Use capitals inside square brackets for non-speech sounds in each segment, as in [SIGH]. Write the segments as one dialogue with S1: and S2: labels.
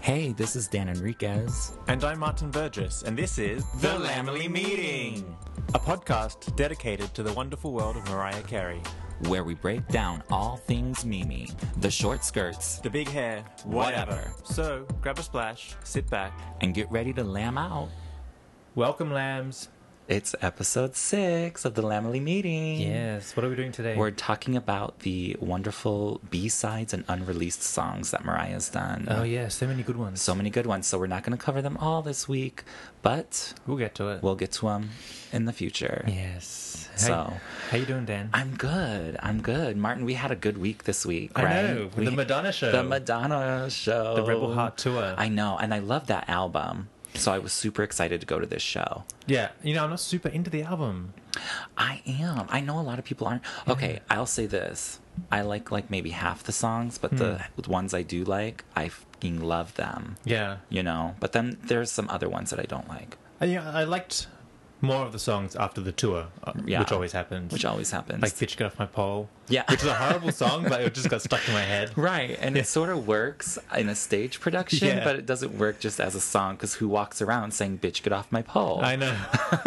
S1: Hey, this is Dan Enriquez.
S2: And I'm Martin Burgess, and this is The Lamely Meeting, a podcast dedicated to the wonderful world of Mariah Carey.
S1: where we break down all things Mimi, the short skirts,
S2: The big hair, whatever. So grab a splash, sit back.
S1: and get ready to lamb out.
S2: Welcome, lambs.
S1: It's episode six of the Lamely Meeting.
S3: Yes. What are we doing today?
S1: We're talking about the wonderful B sides and unreleased songs that Mariah's done.
S3: oh yeah, so many good ones.
S1: So many good ones. So we're not going to cover them all this week, but
S3: we'll get to it.
S1: we'll get to them in the future.
S3: yes. Hey,
S1: So-
S3: how you doing, Dan?
S1: I'm good. I'm good. Martin, we had a good week this week,
S3: I
S1: right?
S3: know, with
S1: We-
S3: the Madonna show.
S1: The Madonna show.
S3: The Rebel Heart tour.
S1: I know. And I love that album. So I was super excited to go to this show.
S3: yeah. You know, I'm not super into the album.
S1: I am. I know a lot of people aren't. Okay, I'll say this. I like like maybe half the songs, but
S3: Hmm.
S1: the ones I do like, I fucking love them.
S3: Yeah.
S1: You know, but then there's some other ones that I don't like,
S3: I, you know, I liked more of the songs after the tour, uh,
S1: Yeah.
S3: which always happens.
S1: which always happens.
S3: like bitch get off my pole.
S1: Yeah.
S3: Which is a
S1: [LAUGHS]
S3: horrible song, but it just got stuck in my head.
S1: Right, and it sort of works in a stage production,
S3: Yeah.
S1: but it doesn't work just as a song because who walks around saying "bitch, get off my pole"?
S3: I know. [LAUGHS]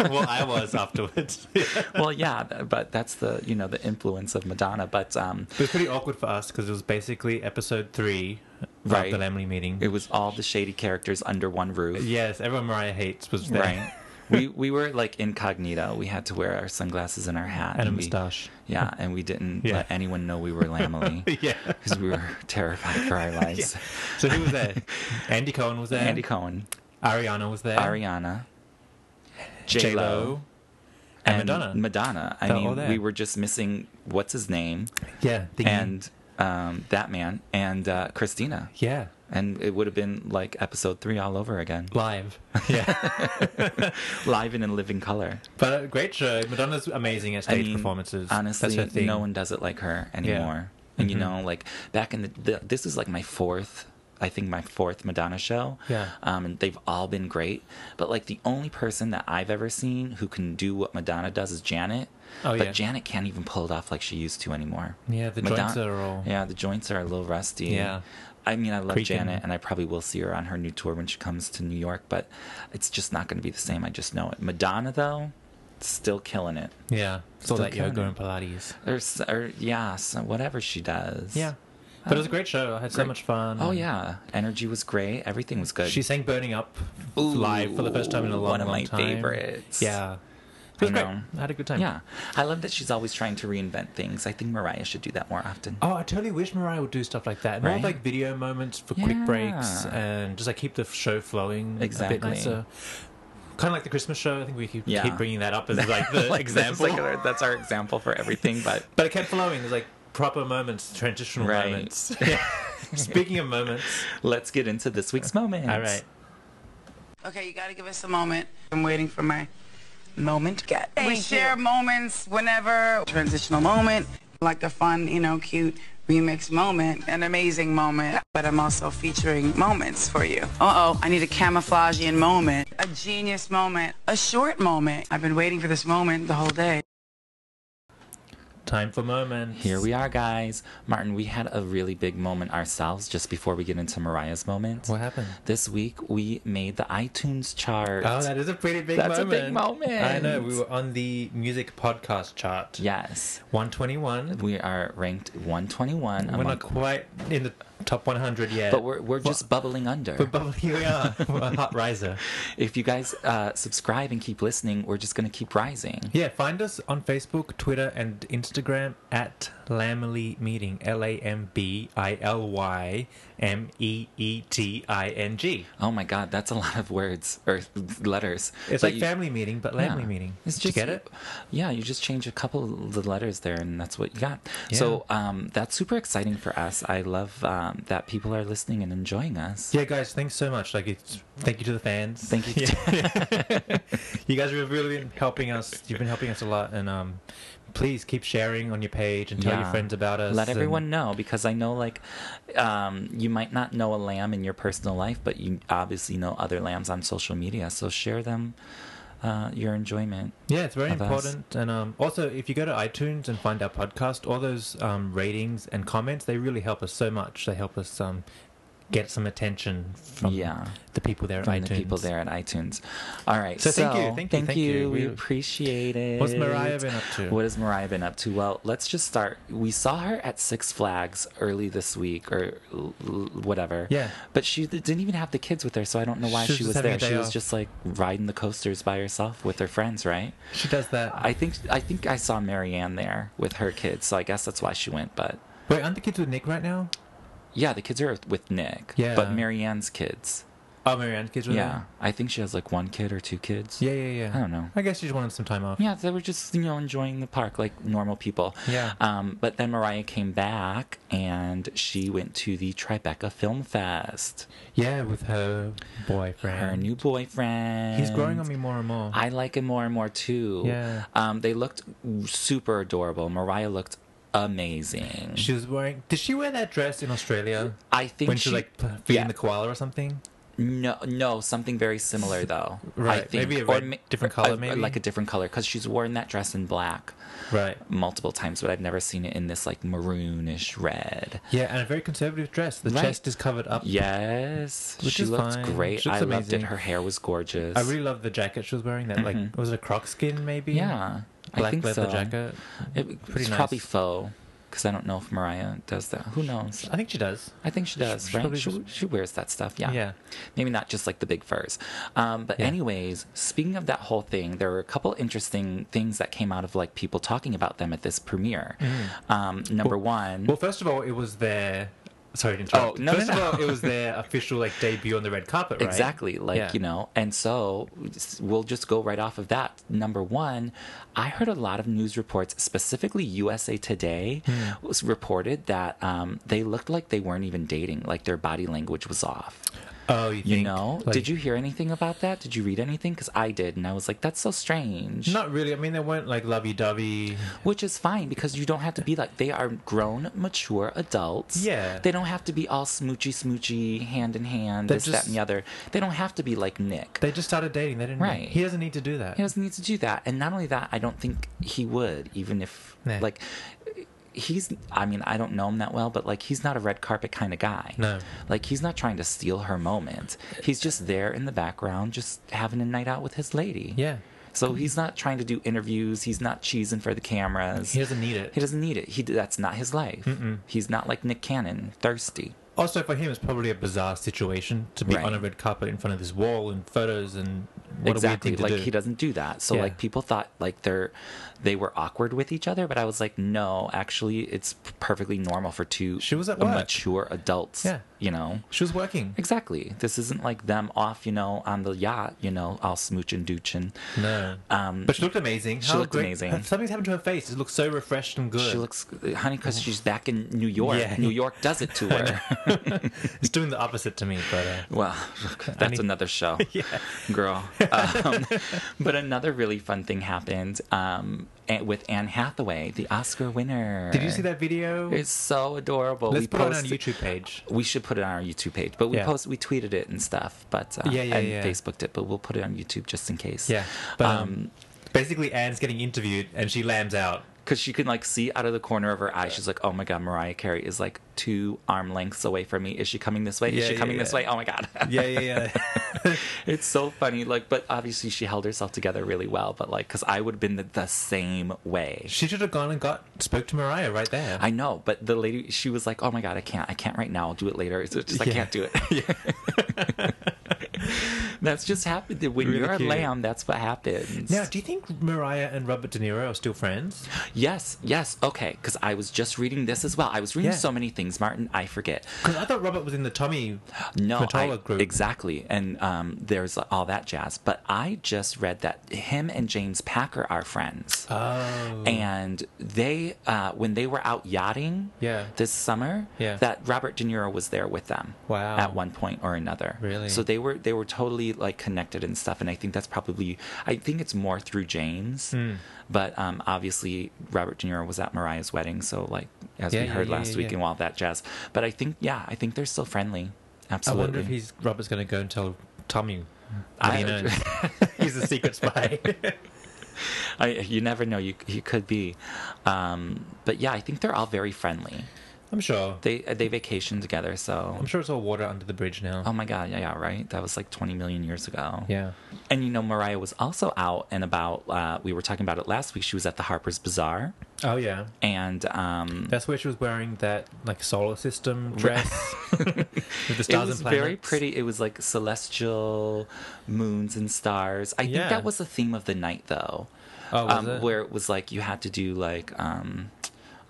S1: [LAUGHS]
S3: well, I was afterwards. [LAUGHS] it
S1: well, yeah, th- but that's the you know the influence of Madonna. But um,
S3: was pretty awkward for us because it was basically episode three
S1: Right.
S3: of the Lamley meeting.
S1: it was all the shady characters under one roof,
S3: yes, everyone Mariah hates was there.
S1: right? we we were like incognito. We had to wear our sunglasses and our hat
S3: And a
S1: we-
S3: moustache.
S1: Yeah, and we didn't
S3: Yeah.
S1: let anyone know we were Lamely
S3: [LAUGHS] Yeah.
S1: because we were terrified
S3: [LAUGHS]
S1: for our lives.
S3: So who
S1: [LAUGHS]
S3: was there? Andy Cohen was there.
S1: Andy Cohen,
S3: Ariana was there.
S1: Ariana, J
S3: J
S1: Lo.
S3: Lo. And Madonna.
S1: Madonna. I
S3: They're all
S1: mean,
S3: there.
S1: we were just missing what's his name
S3: Yeah. Thingy.
S1: and um, that man and uh, Christina,
S3: yeah,
S1: and it would have been like episode three all over again, [LAUGHS]
S3: live. Yeah,
S1: live and in living color.
S3: but a great show. Madonna's amazing at
S1: I
S3: stage
S1: mean,
S3: performances.
S1: Honestly,
S3: That's her thing. Mm-hmm.
S1: no one does it like her anymore. And you know, like back in the, the this is like my fourth. I think my fourth Madonna show.
S3: Yeah.
S1: Um, and they've all been great. But like the only person that I've ever seen who can do what Madonna does is Janet.
S3: Oh,
S1: but
S3: yeah.
S1: Janet can't even pull it off like she used to anymore.
S3: Yeah, the joints are all-
S1: Yeah, the joints are a little rusty.
S3: Yeah.
S1: I mean, I love
S3: Creaking.
S1: Janet, and I probably will see her on her new tour when she comes to New York. But it's just not going to be the same. I just know it. Madonna though, still killing it.
S3: Yeah, it's all
S1: Still
S3: that yoga
S1: kinda.
S3: and Pilates.
S1: Or, s- or yeah, so whatever she does.
S3: Yeah, Um, but it was a great show. I had so
S1: Great.
S3: much fun.
S1: Oh yeah, energy was great. Everything was good.
S3: she sang "Burning Up"
S1: Ooh,
S3: live for the first time in a long,
S1: one of
S3: long
S1: my
S3: time.
S1: favorites.
S3: Yeah, it was
S1: I
S3: great.
S1: know.
S3: I had a good time.
S1: yeah. I love that she's always trying to reinvent things. I think Mariah should do that more often.
S3: Oh, [LAUGHS] I totally wish Mariah would do stuff like that. More
S1: Right?
S3: like video moments for quick breaks
S1: Yeah.
S3: and just like keep the show flowing
S1: Exactly.
S3: a bit nicer. Kind of like the Christmas show. I think we keep,
S1: Yeah.
S3: keep bringing that
S1: [LAUGHS]
S3: up as like the
S1: Like, that's
S3: example.
S1: like our- that's our example for everything. But
S3: But it kept flowing. There's like proper moments, transitional
S1: Right. [LAUGHS]
S3: moments. [LAUGHS] Yeah. Speaking of moments,
S1: let's get into this week's moment.
S3: all right.
S4: Okay, you gotta give us a moment. I'm waiting for my moment. we share moments whenever, transitional moment, like a fun, you know, cute remix moment, an amazing moment, but I'm also featuring moments for you. Uh-oh, I need a camouflagian moment, a genius moment, a short moment. I've been waiting for this moment the whole day.
S3: Time for moments.
S1: Here we are, guys. Martin, we had a really big moment ourselves just before we get into Mariah's moment.
S3: What happened?
S1: This week we made the iTunes chart.
S3: Oh, that is a pretty big
S1: That's a
S3: moment.
S1: big moment.
S3: I know. We were on the music podcast chart.
S1: yes.
S3: 121.
S1: We are ranked 121
S3: We're
S1: among
S3: not quite in the top 100 yet.
S1: But we're, we're just bubbling under.
S3: We're bubbling. Here we are. [LAUGHS] We're a hot riser.
S1: if you guys uh, subscribe and keep listening, we're just going to keep rising.
S3: Yeah, find us on Facebook, Twitter, and Instagram at Lamely Meeting. L A M B I L Y M E E T I N G.
S1: Oh my God, that's a lot of words or letters.
S3: It's
S1: But
S3: like
S1: you-
S3: family meeting, but
S1: yeah.
S3: Lamely Meeting.
S1: It's
S3: Did you
S1: just,
S3: get it?
S1: Yeah, you just change a couple of the letters there, and that's what you got. So um, that's super exciting for us. I love um, that people are listening and enjoying us.
S3: Yeah, guys, thanks so much. Like, it's, thank you to the fans.
S1: Thank you. [LAUGHS]
S3: [LAUGHS] You guys have really been helping us. You've been helping us a lot, and um, please keep sharing on your page and tell your
S1: Yeah.
S3: friends about us.
S1: Let
S3: and-
S1: everyone know because I know like um, you might not know a lamb in your personal life, but you obviously know other lambs on social media. So share them uh, your enjoyment.
S3: Yeah, it's very
S1: of us.
S3: important. And um, also, if you go to iTunes and find our podcast, all those um, ratings and comments, they really help us so much. They help us um, get some attention from
S1: Yeah.
S3: the people there
S1: From
S3: at iTunes.
S1: the people there at iTunes. All right.
S3: So
S1: So,
S3: thank you, thank you, thank
S1: you.
S3: you.
S1: We
S3: We-
S1: appreciate it.
S3: What's Mariah been up to?
S1: What has Mariah been up to? Well, let's just start. We saw her at Six Flags early this week or l- l- whatever.
S3: Yeah.
S1: But she th- didn't even have the kids with her, so I don't know why
S3: She was
S1: she
S3: just
S1: was
S3: having a
S1: there. She
S3: day
S1: was
S3: off.
S1: just like riding the coasters by herself with her friends, right?
S3: She does that.
S1: I think I think I saw Marianne there with her kids, so I guess that's why she went. But
S3: Wait, aren't the kids with Nick right now?
S1: yeah, the kids are with Nick.
S3: Yeah.
S1: But Marianne's kids.
S3: Oh, Marianne's kids with
S1: Yeah. I think she has like one kid or two kids.
S3: Yeah, yeah, yeah.
S1: I don't know.
S3: I guess she just wanted some time off.
S1: Yeah, they were just, you know, enjoying the park like normal people.
S3: Yeah.
S1: Um, but then Mariah came back and she went to the Tribeca Film Fest.
S3: Yeah, with her boyfriend.
S1: Her new boyfriend.
S3: He's growing on me more and more.
S1: I like him more and more too.
S3: Yeah.
S1: Um, they looked super adorable. Mariah looked amazing.
S3: she was wearing. Did she wear that dress in Australia
S1: I think
S3: when she, was like p- feeding
S1: yeah.
S3: the koala or something?
S1: No, no, something very similar though. I
S3: Right,
S1: think.
S3: maybe a
S1: Or
S3: red- different color,
S1: a-
S3: maybe?
S1: like a different color, because she's worn that dress in black
S3: Right.
S1: multiple times, but I've never seen it in this like maroonish red.
S3: Yeah, and a very conservative dress. The
S1: Right.
S3: chest is covered up.
S1: Yes,
S3: Which
S1: she
S3: is
S1: looked
S3: fine.
S1: great.
S3: She
S1: I
S3: looks
S1: loved it.
S3: amazing.
S1: Her hair was gorgeous.
S3: I really love the jacket she was wearing. That like was it a croc skin maybe?
S1: Mm-hmm. yeah, I
S3: black
S1: think
S3: leather
S1: so.
S3: jacket.
S1: It,
S3: Pretty
S1: it's
S3: nice.
S1: probably faux because I don't know if Mariah does that. Who knows?
S3: I think she does.
S1: I think she does,
S3: she
S1: right?
S3: probably
S1: She,
S3: just-
S1: she wears that stuff, yeah.
S3: Yeah.
S1: Maybe not just like the big furs. Um, but,
S3: Yeah.
S1: anyways, speaking of that whole thing, there were a couple interesting things that came out of like people talking about them at this premiere. Um, number one,
S3: Well, first of all, it was their sorry to interrupt.
S1: Oh, no,
S3: first
S1: no, no.
S3: of all, it was their [LAUGHS] official like debut on the red carpet, right?
S1: Exactly. Like,
S3: Yeah.
S1: you know, and so s- we'll just go right off of that. Number one, I heard a lot of news reports, specifically USA Today
S3: Hmm.
S1: was reported that um, they looked like they weren't even dating, like their body language was off.
S3: Oh, you,
S1: You
S3: think,
S1: know,
S3: like-
S1: did you hear anything about that? Did you read anything? Because I did, and I was like, that's so strange.
S3: Not really. I mean, they weren't like lovey-dovey.
S1: Which is fine because you don't have to be like they are grown, mature adults.
S3: Yeah.
S1: They don't have to be all smoochy smoochy, hand in hand,
S3: They're
S1: this, that,
S3: just-
S1: and the other. They don't have to be like Nick.
S3: They just started dating. They didn't.
S1: Right.
S3: He doesn't need to do that.
S1: he doesn't need to do that and not only that i don't think he would even if
S3: Nah.
S1: like he's i mean i don't know him that well but like he's not a red carpet kind of guy
S3: No.
S1: like he's not trying to steal her moment he's just there in the background just having a night out with his lady
S3: Yeah.
S1: so he's not trying to do interviews he's not cheesing for the cameras
S3: He doesn't need it.
S1: he doesn't need it he that's not his life he's not like nick cannon thirsty
S3: Also, for him, it's probably a bizarre situation to be
S1: Right.
S3: on a red carpet in front of this wall and photos and what
S1: exactly
S3: a weird thing to
S1: like
S3: do.
S1: he doesn't do that so
S3: Yeah.
S1: like people thought like they're they were awkward with each other but i was like no actually it's p- perfectly normal for two
S3: She was at work.
S1: mature adults
S3: Yeah.
S1: you know
S3: She was working.
S1: exactly this isn't like them off you know on the yacht you know all smooching dooching
S3: No.
S1: um
S3: But she looked amazing.
S1: She
S3: How
S1: looked amazing.
S3: [LAUGHS] Something's happened to her face. It looks so refreshed and good.
S1: she looks honey because she's back in new york
S3: Yeah.
S1: new york does it to
S3: [LAUGHS]
S1: her
S3: It's doing the opposite to me, but
S1: [LAUGHS]
S3: uh, [LAUGHS]
S1: Well, that's
S3: need-
S1: another
S3: [LAUGHS]
S1: show, girl. Um, but another really fun thing happened um, a- with Anne Hathaway, the Oscar winner.
S3: did you see that video?
S1: It's so adorable. we
S3: Let's put it on our
S1: posted-
S3: YouTube page.
S1: We should put it on our YouTube page, but we
S3: Yeah.
S1: post we tweeted it and stuff, but uh,
S3: Yeah, yeah,
S1: and
S3: yeah.
S1: Facebooked it, but we'll put it on YouTube just in case.
S3: Yeah, but um,
S1: Um,
S3: basically, Anne's getting interviewed and she lambs out.
S1: because she can like see out of the corner of her eye. She's like, "Oh my god, Mariah Carey is like two arm lengths away from me. Is she coming this way?
S3: Yeah,
S1: is she
S3: yeah,
S1: coming this
S3: yeah.
S1: way? Oh my god!"
S3: [LAUGHS] Yeah, yeah, yeah.
S1: [LAUGHS] it's so funny. Like, but obviously she held herself together really well. But like, because I would have been the, the same way.
S3: she should have gone and got spoke to Mariah right there.
S1: I know, but the lady, she was like, "Oh my god, I can't, I can't right now. I'll do it later." It's just I
S3: Yeah.
S1: can't do it.
S3: [LAUGHS]
S1: [LAUGHS] that's just happened. When
S3: Really
S1: you're
S3: cute.
S1: a lamb, that's what happens.
S3: now, do you think Mariah and Robert De Niro are still friends?
S1: Yes, yes, okay. Because I was just reading this as well. I was reading
S3: Yeah.
S1: so many things, Martin. I forget.
S3: Because I thought Robert was in the Tommy
S1: No,
S3: Mottola
S1: I-
S3: group.
S1: exactly, and um, there's all that jazz. But I just read that him and James Packer are friends.
S3: Oh,
S1: and they uh, when they were out yachting
S3: Yeah.
S1: this summer
S3: Yeah.
S1: that robert de niro was there with them
S3: Wow.
S1: at one point or another
S3: Really?
S1: so they were they were totally like connected and stuff and i think that's probably i think it's more through james
S3: Hmm.
S1: but um, obviously robert de niro was at mariah's wedding so like as
S3: Yeah,
S1: we
S3: yeah,
S1: heard
S3: yeah,
S1: last
S3: yeah,
S1: week
S3: yeah.
S1: and all that jazz but i think yeah i think they're still friendly
S3: I
S1: absolutely
S3: wonder if he's Robert's going to go and tell Tommy. that he
S1: I- [LAUGHS]
S3: knows. he's a secret spy.
S1: I, you never know you, he could be um, but yeah i think they're all very friendly
S3: I'm sure.
S1: they they vacation together so
S3: I'm sure it's all water under the bridge now.
S1: Oh my God, yeah, yeah, right? That was like 20 million years ago.
S3: yeah.
S1: And you know, Mariah was also out and about, uh, we were talking about it last week. She was at the Harper's Bazaar.
S3: Oh yeah.
S1: And um,
S3: That's where she was wearing that like solar system
S1: [LAUGHS]
S3: dress with the
S1: it
S3: stars
S1: was
S3: and planets.
S1: very pretty. It was like celestial moons and stars. I
S3: Yeah.
S1: think that was the theme of the night, though.
S3: Oh, was
S1: um,
S3: it?
S1: Where it was like you had to do like, um,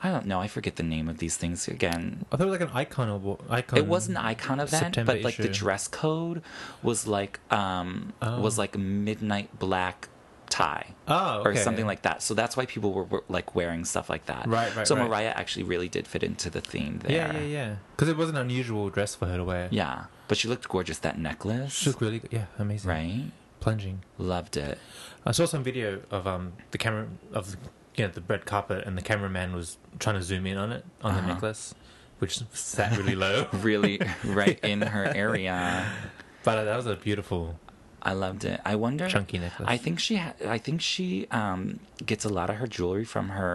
S1: I don't know, I forget the name of these things again.
S3: I thought it was like an icon or icon.
S1: it was an icon event
S3: Oh, September
S1: but like the
S3: issue.
S1: dress code was like um was like midnight black tie
S3: Oh,
S1: or
S3: okay.
S1: something like that so that's why people were, were like wearing stuff like that
S3: Right, right,
S1: so
S3: right.
S1: mariah actually really did fit into the theme there
S3: Yeah, yeah, yeah. Because it was an unusual dress for her to wear.
S1: Yeah, but she looked gorgeous that necklace
S3: She looked really good. Yeah, amazing.
S1: right
S3: Plunging.
S1: loved it
S3: I saw some video of um the camera of you know the red carpet and the cameraman was trying to zoom in on it on
S1: Uh-huh.
S3: the necklace, which sat really
S1: [LAUGHS]
S3: low. [LAUGHS]
S1: really right in her area
S3: but uh, that was a beautiful.
S1: I loved it. I wonder.
S3: Chunky necklace.
S1: I think she. Ha- I think she um, gets a lot of her jewelry from her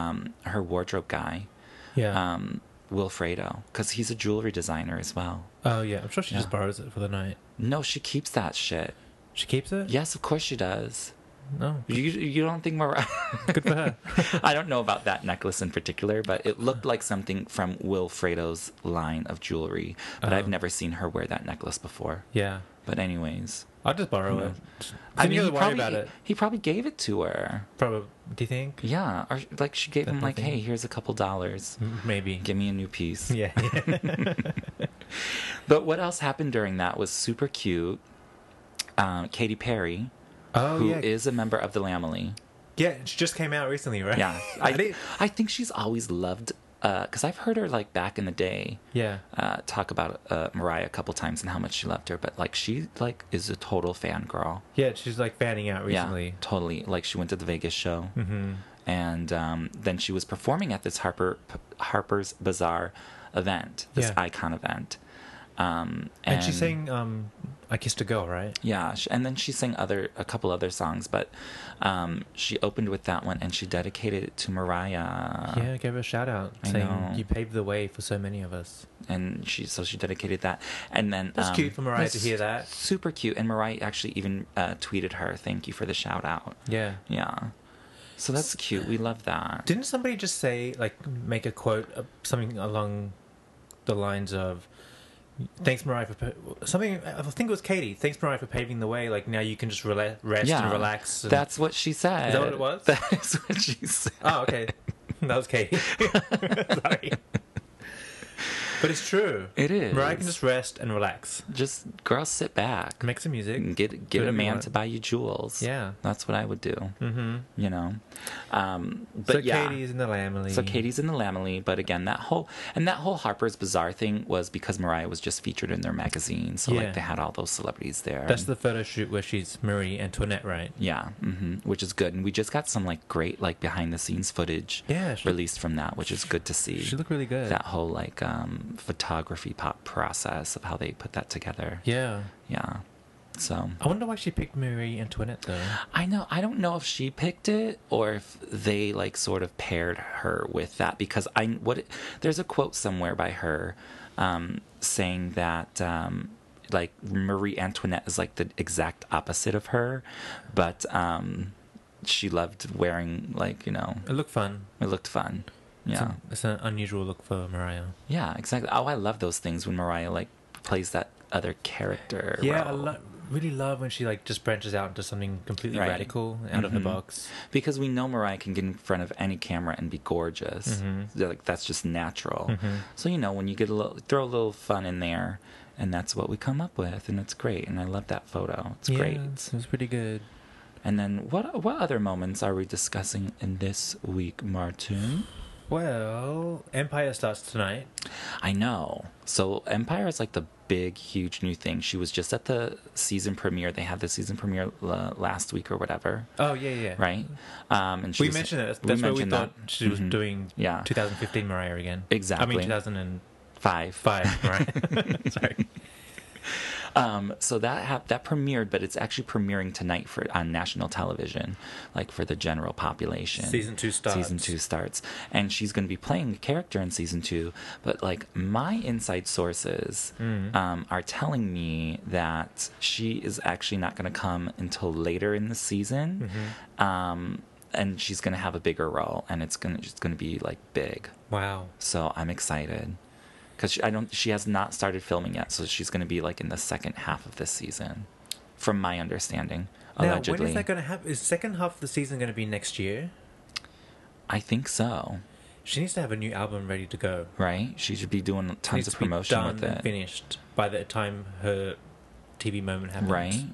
S1: um, her wardrobe guy.
S3: Yeah.
S1: um, Wilfredo because he's a jewelry designer as well.
S3: oh yeah. I'm sure she just
S1: yeah.
S3: borrows it for the night.
S1: No, she keeps that shit.
S3: She keeps it.
S1: Yes, of course she does.
S3: No.
S1: You you don't think [LAUGHS] Mariah?
S3: Good for her.
S1: I don't know about that necklace in particular, but it looked like something from Wilfredo's line of jewelry. But
S3: Uh-huh.
S1: I've never seen her wear that necklace before.
S3: yeah.
S1: But anyways,
S3: I'll just borrow
S1: Yeah.
S3: it. I mean,
S1: he
S3: you worry
S1: probably
S3: about it.
S1: he probably gave it to her.
S3: Probably. Do you think?
S1: Yeah, or like she gave him
S3: Definitely.
S1: like, hey, here's a couple dollars.
S3: M- Maybe.
S1: Give me a new piece.
S3: Mm.
S1: [LAUGHS]
S3: [LAUGHS] Yeah.
S1: But what else happened during that was super cute. Um, Katy Perry.
S3: oh
S1: Who is
S3: yeah.
S1: a member of the Lamely.
S3: yeah. She just came out recently, right? [LAUGHS]
S1: Yeah,
S3: I,
S1: I,
S3: didn't-
S1: I think she's always loved because I've heard her like back in the day
S3: Yeah.
S1: uh, talk about uh, Mariah a couple times and how much she loved her, but like she like is a total fangirl.
S3: Yeah. She's like fanning out recently. Mm-hmm.
S1: Yeah, totally. Like she went to the Vegas show, and um, then she was performing at this Harper P- Harper's Bazaar event, this
S3: Yeah.
S1: icon event. Um,
S3: And, she's saying, um, "I kissed a girl," right?
S1: Yeah, sh- and then she sang other a couple other songs, but um, she opened with that one and she dedicated it to Mariah.
S3: yeah, Uh, I gave her a shout out
S1: I
S3: saying,
S1: know.
S3: "You paved the way for so many of us."
S1: and she so she dedicated that, and then
S3: That's
S1: um,
S3: cute for Mariah
S1: that's
S3: to hear that.
S1: Super cute, and Mariah actually even uh, tweeted her, "Thank you for the shout out."
S3: Yeah.
S1: Yeah, so that's cute. We love that.
S3: Didn't somebody just say like make a quote uh, something along the lines of "Thanks Mariah for pa- something"? I think it was Katie. Thanks Mariah for paving the way. Like now you can just rela- rest
S1: yeah,
S3: and relax. And-
S1: That's what she said.
S3: Is that what it was?
S1: That is what she said.
S3: oh okay. [LAUGHS] that was Katie. [LAUGHS] Sorry. But it's true.
S1: It is.
S3: Mariah can just rest and relax.
S1: Just girl, sit back.
S3: Make some music.
S1: and get
S3: Do
S1: get a
S3: whatever you
S1: man
S3: want.
S1: to buy you jewels.
S3: Yeah.
S1: that's what I would do. Mm-hmm. You know, um, but
S3: so
S1: yeah.
S3: Katie's in the Lamely.
S1: so Katie's in the Lamely, but again, that whole and that whole Harper's Bazaar thing was because Mariah was just featured in their magazine, so
S3: Yeah.
S1: like they had all those celebrities there.
S3: That's the photo shoot where she's Marie Antoinette, right?
S1: yeah, hmm which is good, and we just got some like great like behind the scenes footage
S3: Yeah, she-
S1: released from that, which is good to see.
S3: She looked really good.
S1: that whole like um, photography pop process of how they put that together.
S3: Yeah.
S1: yeah, So
S3: I wonder why she picked Marie Antoinette though.
S1: I know. I don't know if she picked it or if they like sort of paired her with that because I what there's a quote somewhere by her um, saying that um, like Marie Antoinette is like the exact opposite of her, but um, she loved wearing like you know
S3: It looked fun.
S1: it looked fun.
S3: It's,
S1: Yeah,
S3: a- it's an unusual look for Mariah.
S1: yeah, exactly. Oh, I love those things when Mariah like plays that other character.
S3: Yeah, I
S1: role.
S3: lo- really love when she like just branches out into something completely
S1: Right.
S3: radical, out of the
S1: Mhm.
S3: box.
S1: because we know Mariah can get in front of any camera and be gorgeous.
S3: Mm-hmm.
S1: They're Like that's just natural. So you know when you get a little, throw a little fun in there, and that's what we come up with, and it's great. And I love that photo. It's great.
S3: It was pretty good.
S1: And then what what other moments are we discussing in this week, Martin?
S3: Well, Empire starts tonight.
S1: I know. So Empire is like the big, huge new thing. She was just at the season premiere. They had the season premiere la last week or whatever,
S3: Oh yeah, yeah.
S1: right? Um, and she
S3: We
S1: was-
S3: mentioned that. Mm-hmm. That's, that's where we
S1: mentioned that.
S3: thought she was
S1: Mhm.
S3: doing.
S1: Yeah.
S3: 2015 Mariah again. I
S1: Exactly.
S3: mean 2005
S1: Five.
S3: [LAUGHS] Mariah. Sorry.
S1: Um, so that hap that premiered, but it's actually premiering tonight for on national television, like for the general population.
S3: Season two starts.
S1: Season two starts, and she's going to be playing a character in season two. But like my inside sources
S3: Mm.
S1: um, are telling me that she is actually not going to come until later in the season,
S3: Mm-hmm.
S1: um, and she's going to have a bigger role, and it's going to it's going to be like big.
S3: Wow.
S1: So I'm excited because I don't. She has not started filming yet, so she's going to be like in the second half of this season, from my understanding.
S3: Now,
S1: allegedly,
S3: when is that going to happen? Is second half of the season going to be next year?
S1: I think so.
S3: She needs to have a new album ready to go.
S1: Right? She should be doing
S3: needs
S1: tons of
S3: to be
S1: promotion
S3: done
S1: with
S3: and
S1: it,
S3: Finished by the time her TV moment happens.
S1: right?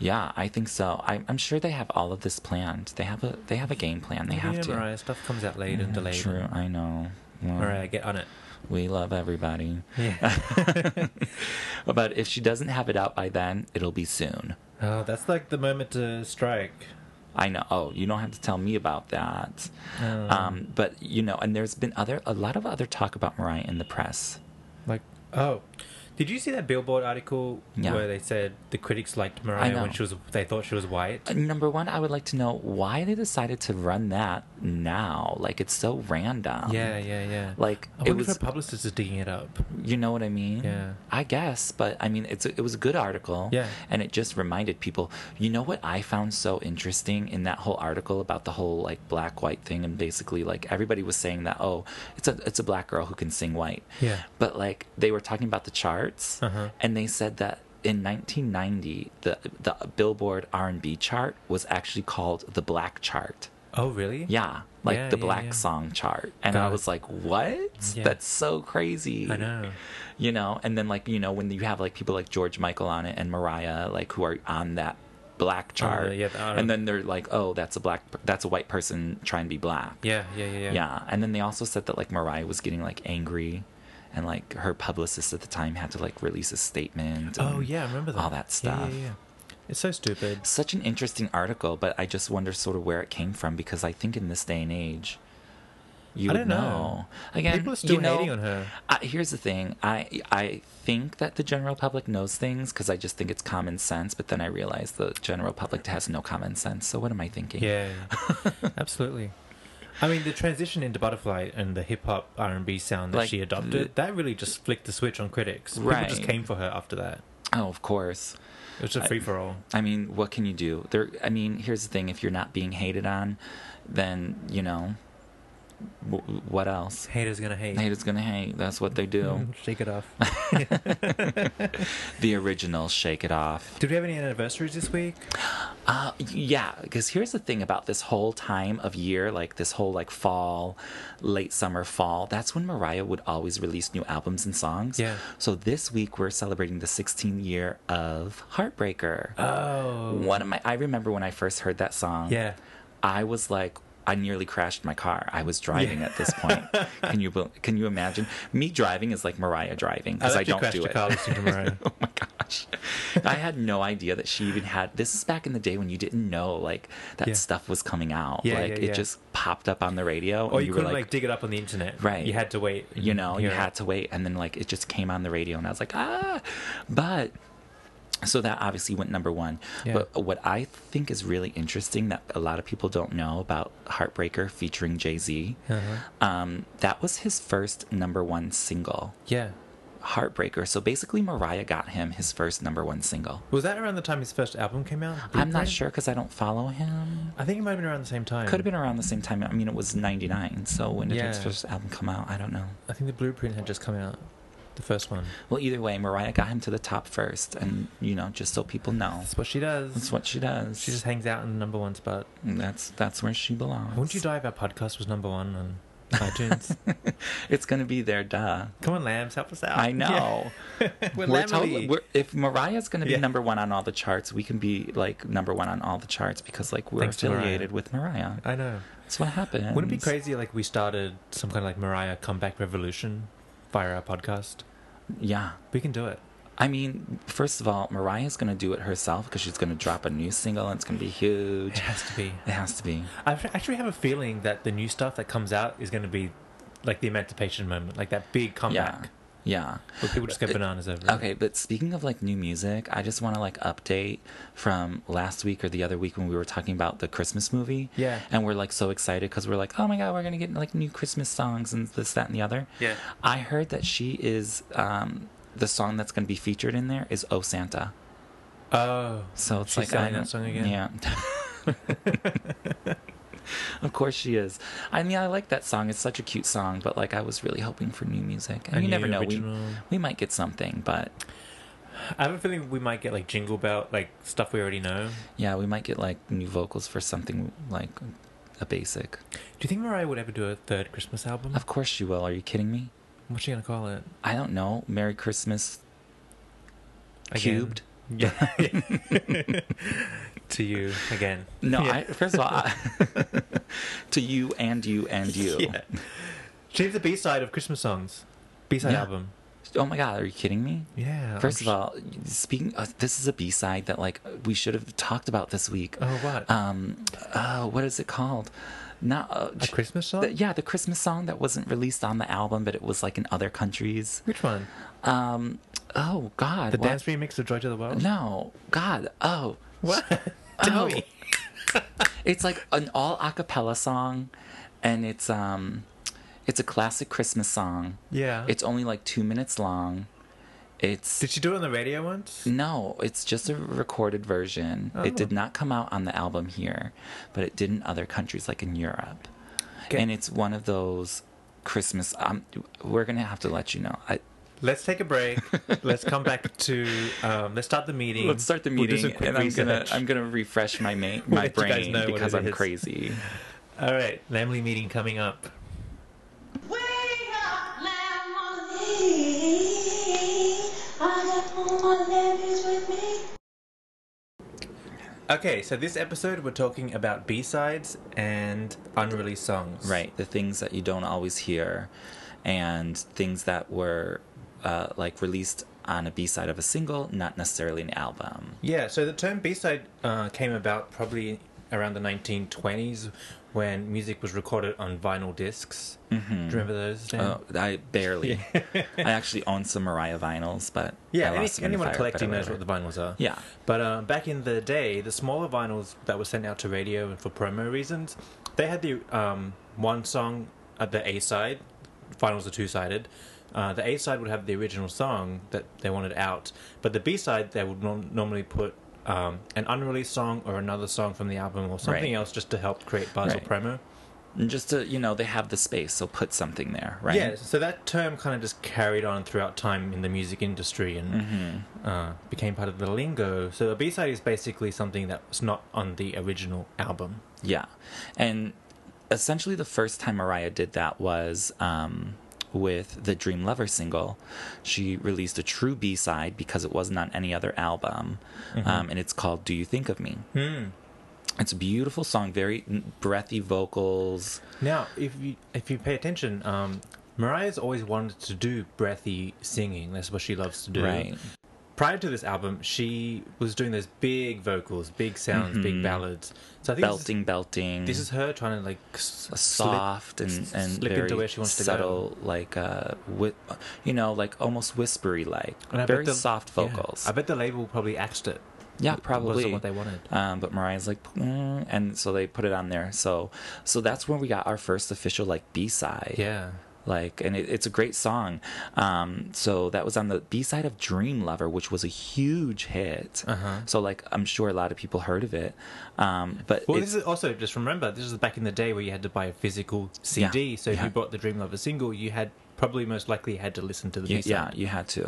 S1: Yeah, I think so. I, I'm sure they have all of this planned. They have a they have a game plan. They have
S3: yeah,
S1: to.
S3: Mariah, stuff comes out late and delayed.
S1: True, I know. Well,
S3: Mariah, get on it.
S1: We love everybody.
S3: Yeah.
S1: But if she doesn't have it out by then, it'll be soon.
S3: [LAUGHS] oh, that's like the moment to strike.
S1: I know. Oh, you don't have to tell me about that.
S3: Um,
S1: Um, but you know, and there's been other a lot of other talk about Mariah in the press.
S3: like, oh, did you see that Billboard article
S1: Yeah.
S3: where they said the critics liked Mariah when
S1: know.
S3: she was? They thought she was white.
S1: Uh, Number one, I would like to know why they decided to run that now. Like it's so random.
S3: yeah, yeah, yeah.
S1: Um, Like
S3: I
S1: it
S3: wonder
S1: was.
S3: if her publicist is digging it up.
S1: You know what I mean?
S3: Yeah.
S1: I guess, but I mean, it's a, it was a good article.
S3: Yeah.
S1: And it just reminded people. You know what I found so interesting in that whole article about the whole like black white thing, and basically like everybody was saying that oh, it's a it's a black girl who can sing white.
S3: Yeah.
S1: But like they were talking about the charts,
S3: Uh-huh.
S1: and they said that. In 1990, the the Billboard R&B chart was actually called the Black Chart.
S3: Oh, really?
S1: Yeah, like
S3: Yeah,
S1: the
S3: yeah,
S1: Black
S3: yeah.
S1: Song Chart, and I
S3: God.
S1: was like, "What?
S3: Yeah.
S1: That's so crazy."
S3: I know.
S1: you know and then like you know when you have like people like george michael on it and mariah like who are on that black chart
S3: Oh, yeah, the-
S1: and then they're like oh that's a black that's a white person trying to be black
S3: Yeah, yeah, yeah, yeah.
S1: yeah and then they also said that like mariah was getting like angry and like her publicist at the time had to like release a statement
S3: Oh,
S1: and
S3: yeah, I remember that.
S1: all that
S3: Yeah,
S1: stuff
S3: yeah, yeah. It's so stupid.
S1: such an interesting article but i just wonder sort of where it came from because i think in this day and age you
S3: I
S1: would
S3: don't know.
S1: again
S3: People are still
S1: you know,
S3: hating on her.
S1: I, here's the thing. I I think that the general public knows things because I just think it's common sense. But then I realize the general public has no common sense. So what am I thinking?
S3: Yeah, [LAUGHS] absolutely. I mean, the transition into Butterfly and the hip hop R and B sound that
S1: Like,
S3: she adopted that really just flicked the switch on critics. People just
S1: Right.
S3: came for her after that.
S1: Oh, of course.
S3: It was a free for all.
S1: I mean, what can you do? There. I mean, here's the thing. If you're not being hated on, then you know, w- what else?
S3: Haters gonna hate.
S1: Hate is gonna hate. That's what they do.
S3: Shake it off.
S1: the original Shake It Off.
S3: Did we have any anniversaries this week?
S1: Uh, yeah, because here's the thing about this whole time of year, like this whole like fall, late summer, fall. That's when Mariah would always release new albums and songs.
S3: Yeah.
S1: So this week we're celebrating the 16th year of Heartbreaker.
S3: Oh,
S1: One of my, I remember when I first heard that song.
S3: yeah.
S1: I was like, I nearly crashed my car. I was driving at this
S3: [LAUGHS]
S1: point. Can you bel- can you imagine me driving is like Mariah driving because I
S3: actually
S1: don't
S3: crashed
S1: do
S3: your
S1: it.
S3: car listening
S1: [LAUGHS]
S3: to Mariah.
S1: Oh my gosh. I had no idea that she even had this is back in the day when you didn't know like that
S3: Yeah.
S1: stuff was coming out.
S3: Yeah,
S1: like
S3: yeah,
S1: it
S3: yeah.
S1: just popped up on the radio
S3: or
S1: and you,
S3: you,
S1: were
S3: couldn't
S1: like,
S3: like, dig it up on the internet.
S1: Right.
S3: You had to wait.
S1: you know, you
S3: Yeah.
S1: had to wait and then like it just came on the radio and I was like, "Ah." But so that obviously went number one.
S3: Yeah.
S1: But what I think is really interesting that a lot of people don't know about Heartbreaker featuring Jay Z,
S3: Uh-huh.
S1: um, that was his first number one single,
S3: Yeah.
S1: Heartbreaker. So basically, Mariah got him his first number one single.
S3: Was that around the time his first album came out?
S1: I'm not
S3: Blueprint?
S1: sure because I don't follow him.
S3: I think it might have been around the same time.
S1: Could have been around the same time. I mean, it was 99. So when did his
S3: Yeah.
S1: first album come out? I don't know.
S3: I think the Blueprint had just come out, the first one.
S1: Well, either way, Mariah got him to the top first. And, you know, just so people know,
S3: That's what she does.
S1: that's what she does.
S3: she just hangs out in the number one spot.
S1: And that's, that's where she belongs.
S3: Wouldn't you die if our podcast was number one on [LAUGHS] iTunes?
S1: It's going to be there, duh.
S3: Come on, lambs, help us out.
S1: I
S3: [LAUGHS]
S1: know.
S3: Yeah. We're,
S1: We're
S3: totally.
S1: totally, we're, if Mariah's going to be
S3: Yeah.
S1: number one on all the charts, we can be like number one on all the charts because like we're
S3: Thanks to Mariah.
S1: affiliated with Mariah.
S3: I know.
S1: That's what happened.
S3: Wouldn't it be crazy like we started some kind of like Mariah comeback revolution via our podcast?
S1: Yeah.
S3: We can do it.
S1: I mean, first of all, Mariah's going to do it herself because she's going to drop a new single and it's going to be
S3: It
S1: huge.
S3: has to [LAUGHS] be.
S1: [LAUGHS] It has to be.
S3: I actually have a feeling that the new stuff that comes out is going to be like the emancipation moment, like that big
S1: Yeah.
S3: comeback.
S1: Yeah.
S3: Where people just go bananas over it.
S1: Okay, but speaking of like new music, I just want to like update from last week or the other week when we were talking about the Christmas movie.
S3: Yeah.
S1: And we're like so excited because we're like, oh my God, we're going to get like new Christmas songs and this, that, and the other.
S3: Yeah.
S1: I heard that she is, um, the song that's going to be featured in there is Oh Santa.
S3: Oh,
S1: So it's
S3: She's
S1: like, I
S3: singing
S1: don't-
S3: that song again?
S1: Yeah. [LAUGHS] of course she is. I mean, I like that song. It's such a cute song, but like I was really hoping for new music. And
S3: A
S1: you never
S3: new
S1: know.
S3: original.
S1: We, we might get something, but
S3: I have a feeling we might get like jingle belt, like stuff we already know.
S1: Yeah, we might get like new vocals for something like a basic.
S3: Do you think Mariah would ever do a third Christmas album?
S1: Of course she will. Are you kidding me?
S3: What's she gonna call it?
S1: I don't know. Merry Christmas
S3: Again?
S1: cubed.
S3: Yeah. [LAUGHS] to you again.
S1: No,
S3: Yeah.
S1: I, first
S3: [LAUGHS]
S1: of all, I, [LAUGHS] to you and you and you.
S3: [LAUGHS] Yeah. She has the B side of Christmas songs. B side
S1: Yeah.
S3: album.
S1: Oh my God, are you kidding me?
S3: Yeah.
S1: First
S3: I'm
S1: of all, speaking, uh, this is a B side that like we should have talked about this week.
S3: Oh, what?
S1: Um, oh, what is it called? Not uh,
S3: sh- a Christmas song.
S1: the- yeah, the Christmas song that wasn't released on the album, but it was like in other countries.
S3: Which one?
S1: Um, oh God,
S3: The
S1: what-
S3: dance remix of Joy to the World.
S1: No, God, oh,
S3: What? [LAUGHS]
S1: Oh. it's like an all a cappella song, and it's um, it's a classic Christmas song.
S3: Yeah.
S1: It's only like two minutes long. It's
S3: Did she do it on the radio once?
S1: no, it's just a recorded version. It did
S3: Oh.
S1: not come out on the album here, but it did in other countries like in Europe,
S3: Okay.
S1: and it's one of those Christmas. Um, we're gonna have to let you know. I,
S3: Let's take a
S1: [LAUGHS]
S3: break. let's come back to. Um, let's start the meeting.
S1: Let's start the
S3: We'll do
S1: meeting,
S3: some quick
S1: and I'm gonna
S3: research.
S1: I'm gonna refresh
S3: [LAUGHS]
S1: my ma- my
S3: let you guys
S1: brain
S3: know what
S1: because
S3: it
S1: I'm
S3: is.
S1: crazy.
S3: All right, Lamley meeting coming up.
S5: Wake up, lamb on thee. I got all my ladies with me.
S3: Okay, so this episode we're talking about B sides and unreleased songs.
S1: Right. The things that you don't always hear and things that were uh, like released on a B side of a single, not necessarily an album.
S3: Yeah, so the term B side uh, came about probably around the 1920s when music was recorded on vinyl disks Do you remember those? Dan?
S1: Oh, I barely. [LAUGHS] I actually own some Mariah vinyls, but I
S3: yeah, any,
S1: lost them in the
S3: anyone
S1: fire,
S3: collecting
S1: but
S3: knows what
S1: whatever.
S3: the vinyls are.
S1: Yeah.
S3: But um, back in the day, the smaller vinyls that were sent out to radio and for promo reasons, they had the um, one song at the A side. Vinyls are two sided. Uh, the A side would have the original song that they wanted out, but the B side they would norm- normally put um, an unreleased song or another song from the album or something
S1: Right.
S3: else just to help create buzz
S1: Right.
S3: or promo.
S1: And just to, you know, they have the space, so put something there, right?
S3: Yeah, so that term kind of just carried on throughout time in the music industry and
S1: Mm-hmm.
S3: uh, became part of the lingo. So a B side is basically something that was not on the original album.
S1: Yeah. And essentially, the first time Mariah did that was um, with the Dream Lover single. She released a true B side because it wasn't on any other album.
S3: Mm-hmm.
S1: Um, and it's called Do You Think of Me?
S3: Hmm.
S1: It's a beautiful song, very breathy vocals.
S3: Now, if you if you pay attention, um, Mariah's always wanted to do breathy singing. That's what she loves to do. prior to this album, she was doing those big vocals, big sounds, big ballads. So I think
S1: Mm-hmm.
S3: this is-
S1: belting, belting.
S3: This is her trying to like s-
S1: soft and
S3: s-
S1: and
S3: slip
S1: very
S3: into where she wants to go.
S1: subtle, like uh, wi- you know, like almost whispery, like
S3: And I bet
S1: very
S3: the-
S1: soft
S3: yeah.
S1: vocals.
S3: I bet the label probably axed it.
S1: Yeah,
S3: It
S1: probably
S3: wasn't what they wanted.
S1: Um, but Mariah's like, mm, and so they put it on there. So, so that's when we got our first official like B side.
S3: Yeah.
S1: Like, and it, it's a great song. Um, so that was on the B side of Dream Lover, which was a huge hit.
S3: Uh-huh.
S1: So like, I'm sure a lot of people heard of it. Um, but
S3: Well,
S1: it-
S3: this is also just remember this is back in the day where you had to buy a physical CD.
S1: Yeah,
S3: So if
S1: yeah.
S3: you bought the Dream Lover single, you had probably most likely had to listen to the
S1: you-
S3: B
S1: yeah,
S3: side.
S1: you had to,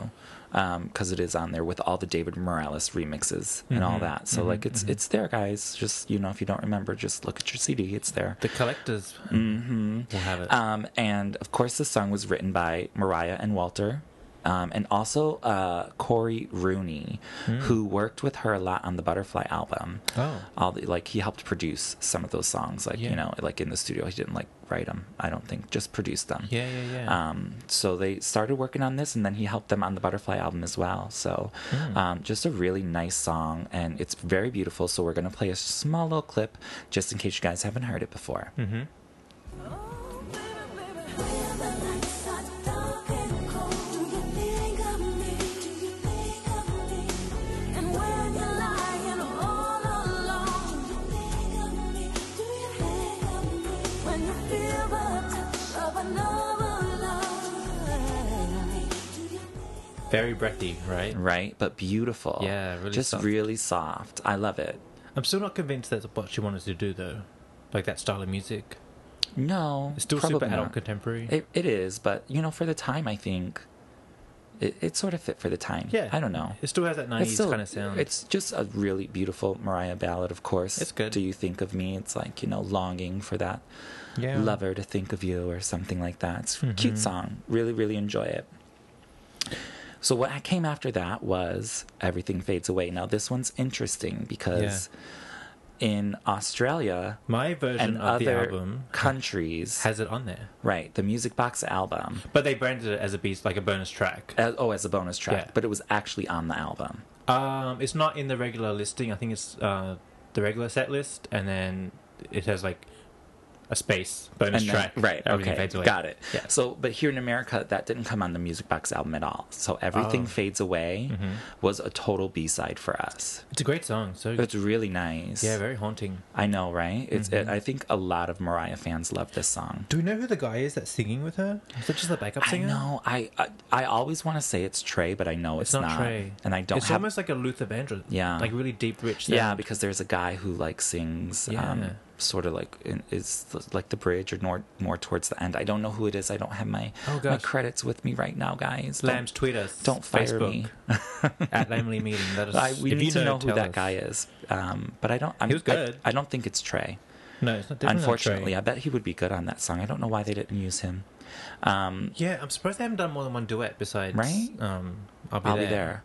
S1: because it is on there with all the David Morales remixes and
S3: Mm-hmm.
S1: all that. So like, it's it's there, guys. Just you know, if you don't remember, just look at your CD. It's there.
S3: The collectors um, will have it.
S1: Um, and of course, this song was written by Mariah and Walter. Um, and also uh, Corey Rooney, who worked with her a lot on the Butterfly album.
S3: Hmm. Oh.
S1: all the, like he helped produce some of those songs, like
S3: Yeah.
S1: you know, like in the studio. He didn't like write them, I don't think, just produced them.
S3: Yeah, yeah, yeah.
S1: Um, so they started working on this, and then he helped them on the Butterfly album as well. So
S3: Hmm.
S1: um, just a really nice song, and it's very beautiful. So we're gonna play a small little clip just in case you guys haven't heard it before.
S3: Very breathy, right?
S1: right? But beautiful.
S3: Yeah, really
S1: just
S3: soft.
S1: really soft. I love it.
S3: I'm still not convinced that's what she wanted to do though. Like that style of music.
S1: No,
S3: It's still
S1: probably
S3: super adult
S1: not.
S3: contemporary.
S1: It, it is, but you know, for the time, I think it, it sort of fit for the time.
S3: yeah.
S1: I don't know.
S3: It still has that 90s
S1: It's still-
S3: kind of sound.
S1: It's just a really beautiful Mariah ballad, of course.
S3: It's good.
S1: Do you think of me? It's like you know, longing for that
S3: yeah. Mm-hmm.
S1: lover to think of you or something like that. It's a cute song. Really, really enjoy it. So what I came after that was Everything Fades Away. Now this one's interesting because in Australia
S3: My version
S1: and
S3: of
S1: other
S3: the album
S1: countries
S3: has it on there.
S1: right, the music box album
S3: But they branded it as a beast, like a bonus track.
S1: as, oh as a bonus track,
S3: Yeah.
S1: but it was actually on the album.
S3: Um, it's not in the regular listing. I think it's uh, the regular set list, and then it has like a space bonus
S1: And then-
S3: track.
S1: right,
S3: Everything
S1: okay,
S3: fades away.
S1: got it.
S3: Yeah.
S1: So, but here in America, that didn't come on the Music Box album at all. So, Everything
S3: Oh. Mm-hmm.
S1: Fades Away was a total B side for us.
S3: It's a great song. So
S1: It's really nice.
S3: yeah, Mm-hmm. very haunting.
S1: I know, right? It's. It, I think a lot of Mariah fans love this song.
S3: Do we know who the guy is that's singing with her? Is that just the backup
S1: I
S3: singer?
S1: know. I I, I always want to say it's Trey, but I know it's,
S3: It's not, Trey.
S1: And I don't
S3: It's
S1: have.
S3: almost like a Luther Vandross.
S1: Yeah.
S3: Like really deep, rich. Sound.
S1: yeah, because there's a guy who like sings.
S3: Yeah.
S1: Um, sort of like in, is the- like the bridge or more more towards the end. I don't know who it is. I don't have my
S3: Oh,
S1: my
S3: gosh.
S1: credits with me right now, guys. Don't-
S3: Lambs tweet us.
S1: don't fire
S3: Facebook, [LAUGHS] at Lamely Meeting. That
S1: [LAUGHS]
S3: is,
S1: I, we
S3: if
S1: need
S3: you
S1: to know, who
S3: tell
S1: that
S3: us.
S1: guy is. Um, but I don't. I'm,
S3: He was
S1: I-
S3: good.
S1: I, don't think it's Trey.
S3: No, it's not definitely not Trey.
S1: Unfortunately, I bet he would be good on that song. I don't know why they didn't use him. Um,
S3: Yeah, I'm surprised they haven't done more than one duet besides.
S1: Right?
S3: Um, I'll be
S1: I'll
S3: there.
S1: be there.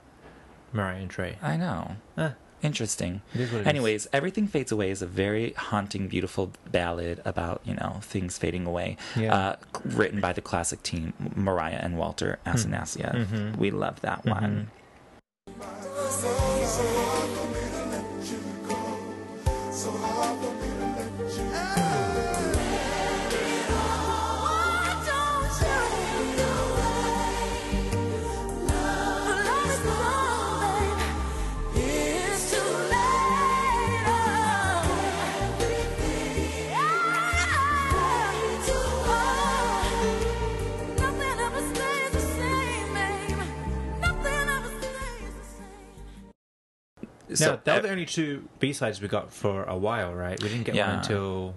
S3: Mariah and Trey.
S1: I know.
S3: Ah.
S1: Interesting.
S3: It is what it is.
S1: Anyways, Everything Fades Away is a very haunting, beautiful ballad about, you know, things fading away.
S3: Yeah.
S1: Uh, c- written by the classic team, Mariah and Walter
S3: Hmm.
S1: Asanasiev.
S3: Mm-hmm.
S1: We love that one.
S6: Nothing ever stays the same, babe. Nothing ever stays the same.
S1: So,
S3: now, that
S1: uh,
S3: were the only two B sides we got for a while, right? We didn't get
S1: Yeah.
S3: one until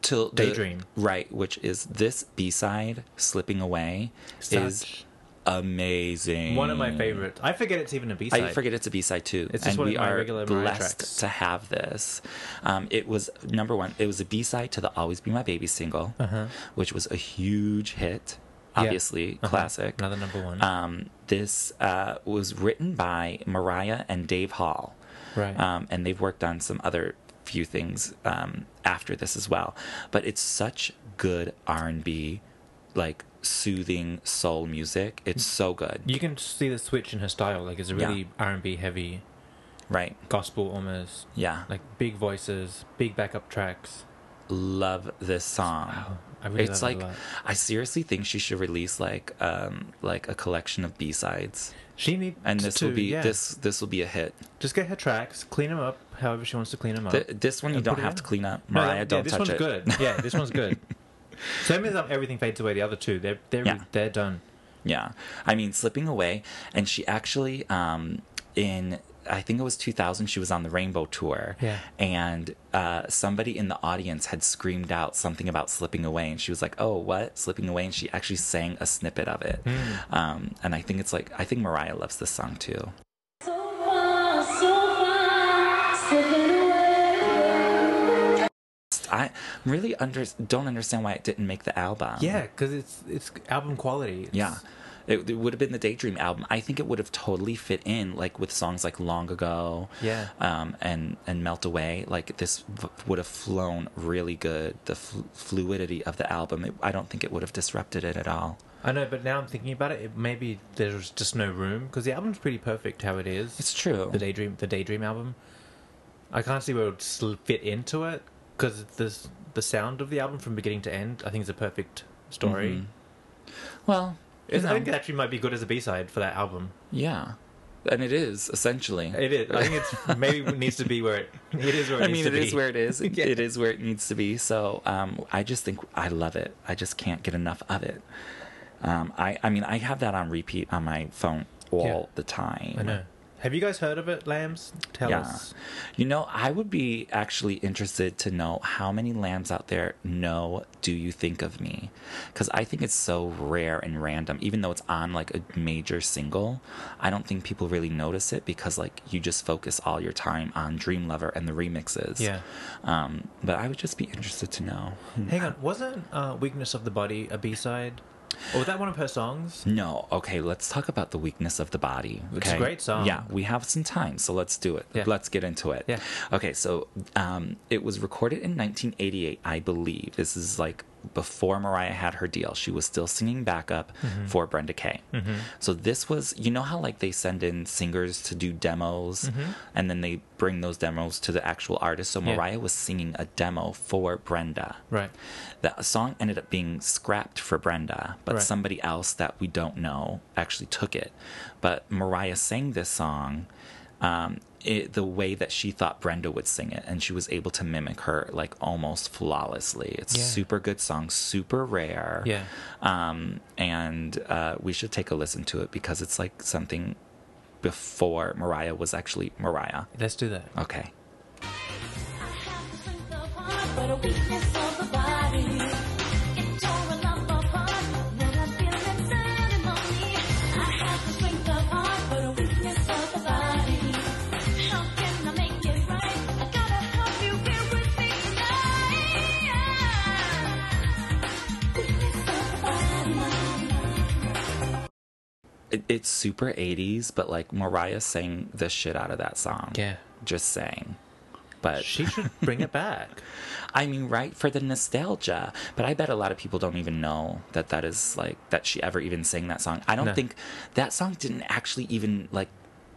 S1: till the-
S3: Daydream.
S1: right, which is this B side, Slipping Away, is
S3: Such.
S1: amazing.
S3: one of my favorites. I forget it's even a B side.
S1: I forget it's a B side too.
S3: It's just
S1: and
S3: one
S1: we
S3: of my
S1: are
S3: regular Mariah
S1: blessed
S3: tracks.
S1: to have this. Um, it was number one. It was a B side to the "Always Be My Baby" single, which was a huge hit.
S3: Uh-huh. Yeah.
S1: Obviously,
S3: Uh-huh.
S1: classic.
S3: Another number one.
S1: Um, this uh, was written by Mariah and Dave Hall,
S3: Right.
S1: Um, and they've worked on some other few things um, after this as well. But it's such good R and B, like soothing soul music. It's
S3: Mm.
S1: so good,
S3: You can see the switch in her style. Like it's a
S1: Yeah.
S3: really R and B heavy
S1: right?
S3: gospel almost.
S1: Yeah,
S3: Like big voices, big backup tracks.
S1: love this song.
S3: I really
S1: it's
S3: love it
S1: like
S3: a lot.
S1: I seriously think she should release like um like a collection of B sides,
S3: She needs
S1: and this
S3: to,
S1: will be
S3: yeah.
S1: this this will be a hit.
S3: Just get her tracks, clean them up, however she wants to clean them up.
S1: Th- this one you
S3: And
S1: don't
S3: put it
S1: have to
S3: in.
S1: clean up,
S3: No,
S1: Mariah.
S3: yeah,
S1: don't
S3: this
S1: touch it.
S3: one's good. Yeah, this one's
S1: [LAUGHS]
S3: good. so that means that everything fades away. The other two, they're they're
S1: Yeah.
S3: they're done.
S1: Yeah. I mean, slipping away. And she actually, um, in, I think it was 2000, she was on the Rainbow Tour.
S3: Yeah.
S1: And uh, somebody in the audience had screamed out something about slipping away. And she was like, oh, what? Slipping away. And she actually sang a snippet of it.
S3: Hmm.
S1: Um, and I think it's like, I think Mariah loves this song too.
S5: So far, so far, slipping away.
S1: I really under, don't understand why it didn't make the album.
S3: Yeah, because it's it's album quality. It's-
S1: Um, Yeah. It, it would have been the Daydream album. I think it would have totally fit in, like with songs like Long Ago,
S3: Yeah.
S1: um, and and Melt Away. Like this v- would have flown really good. The fl- fluidity of the album. It, I don't think it would have disrupted it at all.
S3: I know, but now I'm thinking about it. it maybe there's just no room because the album's pretty perfect how it is.
S1: It's true.
S3: the daydream, the daydream album. I can't see where it would sl- fit into it because the the sound of the album from beginning to end, I think, is a perfect
S1: Mm-hmm.
S3: story.
S1: Well, you
S3: It's- I
S1: know,
S3: think it actually might be good as a B side for that album.
S1: yeah, and it is essentially.
S3: It is. I think it's maybe it needs to be where it. It is where it
S1: I
S3: needs
S1: mean,
S3: to
S1: it
S3: be.
S1: is where it is.
S3: [LAUGHS]
S1: It is where it needs to be. So um, I just think I love it. I just can't get enough of it. Um, I, I mean, I have that on repeat on my phone all
S3: Yeah.
S1: the time.
S3: I know. Have you guys heard of it, Lambs? Tell
S1: Yeah.
S3: us.
S1: You know, I would be actually interested to know how many lambs out there know Do You Think of Me? Because I think it's so rare and random. Even though it's on like a major single, I don't think people really notice it because like you just focus all your time on Dream Lover and the remixes.
S3: Yeah.
S1: Um, but I would just be interested to know.
S3: Hang on. Wasn't uh, "Weakness of the Body" a B side, or was that one of her songs?
S1: No, okay, let's talk about the weakness of the body.
S3: It's a
S1: okay?
S3: great song.
S1: Yeah, we have some time, so let's do it.
S3: Yeah.
S1: Let's get into it.
S3: Yeah.
S1: Okay, so um, it was recorded in 1988, I believe. This is like before Mariah had her deal. She was still singing backup
S3: Mm-hmm.
S1: for Brenda Kay. So this was, you know how like they send in singers to do demos and then they bring those demos to the actual artist. So
S3: Mm-hmm. Yeah.
S1: Mariah was singing a demo for Brenda.
S3: Right.
S1: That song ended up being scrapped for Brenda, but
S3: Right.
S1: somebody else that we don't know actually took it. But Mariah sang this song um, it, the way that she thought Brenda would sing it, and she was able to mimic her like almost flawlessly. It's
S3: Yeah.
S1: super good song, super rare.
S3: Yeah.
S1: Um, and uh, we should take a listen to it because it's like something before Mariah was actually Mariah.
S3: Let's do that.
S1: Okay.
S6: I have the strength of heart, but a weakness of the body. It tore a lump apart that I feel inside and on me. I have the strength of heart, but a weakness of the body. How can I make it right? I gotta help you here with me tonight. Weakness of the body.
S1: It, it's super 80s, but like Mariah sang the shit out of that song.
S3: Yeah.
S1: Just saying. But
S3: She should bring it back.
S1: I mean, right for the nostalgia. But I bet a lot of people don't even know that that is like that she ever even sang that song. I don't
S3: No.
S1: think that song didn't actually even like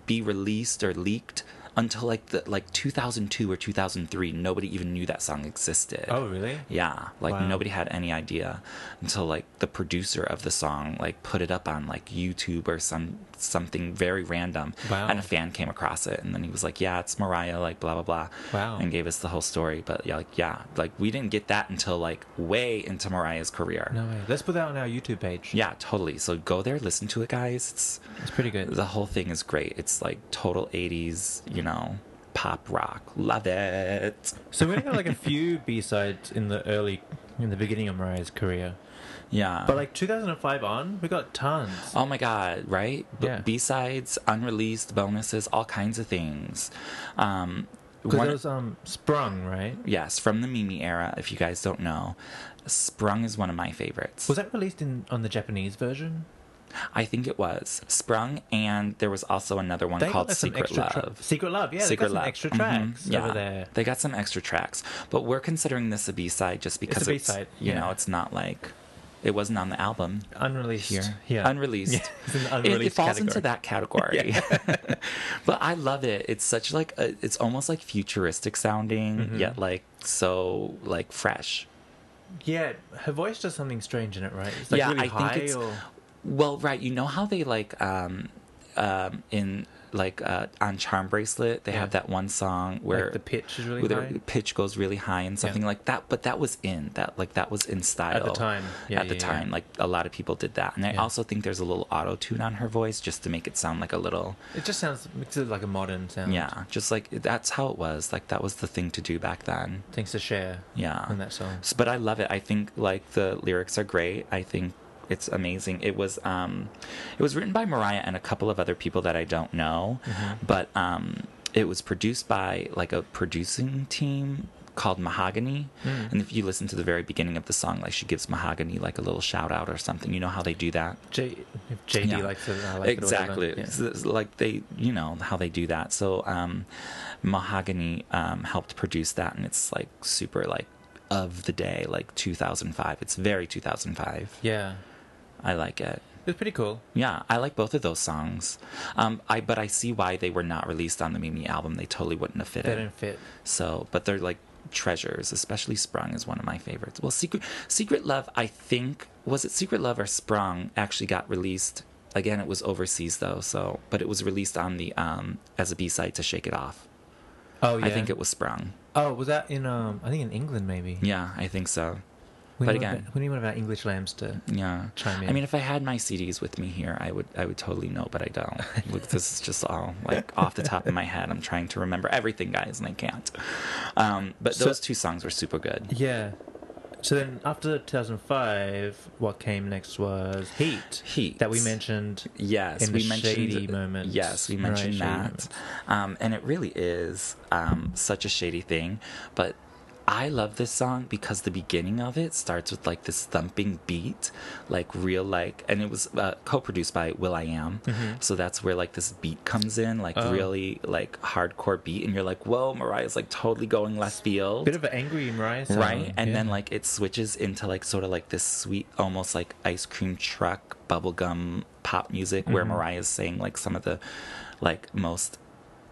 S1: be released or leaked until like the like 2002 or 2003. Nobody even knew that song existed.
S3: [LAUGHS] Oh, really?
S1: Yeah, like
S3: Wow.
S1: nobody had any idea until like the producer of the song like put it up on like YouTube or some something very random,
S3: Wow.
S1: and a fan came across it, and then he was like, "Yeah, it's Mariah," like blah blah blah,
S3: Wow.
S1: and gave us the whole story. But yeah, like yeah, like we didn't get that until like way into Mariah's career.
S3: No way. Let's put that on our YouTube page.
S1: Yeah, totally. So go there, listen to it, guys. It's,
S3: It's pretty good.
S1: the whole thing is great. It's like total '80s, you know, pop rock. Love it.
S3: So we only got like a few [LAUGHS] B sides in the early, in the beginning of Mariah's career,
S1: Yeah,
S3: but like 2005 on, we got tons.
S1: Oh my God, right? B-
S3: Yeah.
S1: B-sides, unreleased bonuses, all kinds of things. Um,
S3: Because
S1: one-
S3: it was um sprung, right?
S1: yes, from the Mimi era, if you guys don't know. Sprung is one of my favorites.
S3: Was that released in on the Japanese version?
S1: I think it was. Sprung, and there was also another one
S3: They
S1: called
S3: got some
S1: Secret
S3: extra tra-
S1: Love.
S3: Secret Love, yeah.
S1: Secret
S3: they got some
S1: Love.
S3: extra
S1: Mhm,
S3: tracks over
S1: yeah.
S3: there.
S1: They got some extra tracks, but we're considering this a B side just because it's,
S3: B-side,
S1: you
S3: yeah.
S1: know, it's not like It wasn't on the album.
S3: Unreleased.
S1: Here.
S3: Yeah.
S1: Unreleased.
S3: Yeah, [LAUGHS] it's an
S1: It- it,
S3: unreleased
S1: falls into
S3: category.
S1: that category.
S3: [LAUGHS]
S1: [LAUGHS] but I love it. It's such like a, it's almost like futuristic sounding,
S3: Mm-hmm.
S1: yet like so like fresh.
S3: yeah, her voice does something strange in it, right? It's like
S1: Yeah,
S3: really
S1: I think
S3: high
S1: it's-
S3: or
S1: Well, right, you know how they like um um in like uh on Charm Bracelet, they have
S3: Yeah.
S1: that one song where
S3: like the pitch is really
S1: where
S3: high.
S1: the pitch goes really high and something like that, but that was in that like that was in style
S3: time. Yeah,
S1: at the
S3: yeah, yeah.
S1: time, like a lot of people did that, and I
S3: Yeah.
S1: also think there's a little auto tune on her voice just to make it sound like a little
S3: It just sounds makes it like a modern sound.
S1: Yeah, just like that's how it was. Like that was the thing to do back then.
S3: Things to share.
S1: Yeah.
S3: In that song.
S1: S- But I love it. I think like the lyrics are great. I think it's amazing. It was um it was written by Mariah and a couple of other people that I don't know,
S3: Mm-hmm.
S1: but um it was produced by like a producing team called Mahogany.
S3: Hmm.
S1: And if you listen to the very beginning of the song, like she gives Mahogany like a little shout out or something. You know how they do that?
S3: J if JD
S1: Yeah.
S3: likes it, I like
S1: exactly.
S3: it. or whatever.
S1: It's- it's like they, you know, how they do that. So um, Mahogany um, helped produce that, and it's like super like of the day, like 2005. It's very 2005.
S3: Yeah.
S1: I like it.
S3: yeah. It's pretty cool.
S1: Yeah, I like both of those songs. Um, I but I see why they were not released on the Mimi album. They totally wouldn't have
S3: They
S1: fitted.
S3: don't fit.
S1: So, but they're like treasures, especially Sprung is one of my favorites. Well, Secret Secret Love, I think was it Secret Love or Sprung actually got released. Again, it was overseas though, so but it was released on the um as a B-side to Shake It Off.
S3: Oh yeah.
S1: I think it was Sprung.
S3: Oh, was that in um? I think in England maybe.
S1: Yeah, I think so.
S3: We
S1: but
S3: need one of
S1: again-
S3: our- we need one of our English lambs to.
S1: Yeah.
S3: Chime
S1: I
S3: in.
S1: mean, if I had my CDs with me here, I would I would totally know, but I don't. Look, this is just all like off the top of my head. I'm trying to remember everything, guys, and I can't. Um, but
S3: So-
S1: those two songs were super good.
S3: Yeah. So then, after 2005, what came next was Heat.
S1: Heat.
S3: That we mentioned.
S1: Yes,
S3: in
S1: we
S3: the
S1: mentioned
S3: shady moments.
S1: Yes, we
S3: Mariah
S1: mentioned
S3: shady
S1: that,
S3: moments.
S1: um, and it really is um, such a shady thing. But I love this song because the beginning of it starts with like this thumping beat, like real like, and it was uh, co-produced by Will I Am,
S3: Mm-hmm.
S1: so that's where like this beat comes in, like
S3: Oh.
S1: really like hardcore beat, and you're like, whoa, Mariah's like totally going left field,
S3: Bit of an angry Mariah song.
S1: right and then
S3: yeah.
S1: like it switches into like sort of like this sweet almost like ice cream truck bubblegum pop music where
S3: Mm-hmm.
S1: mariah's saying like some of the like most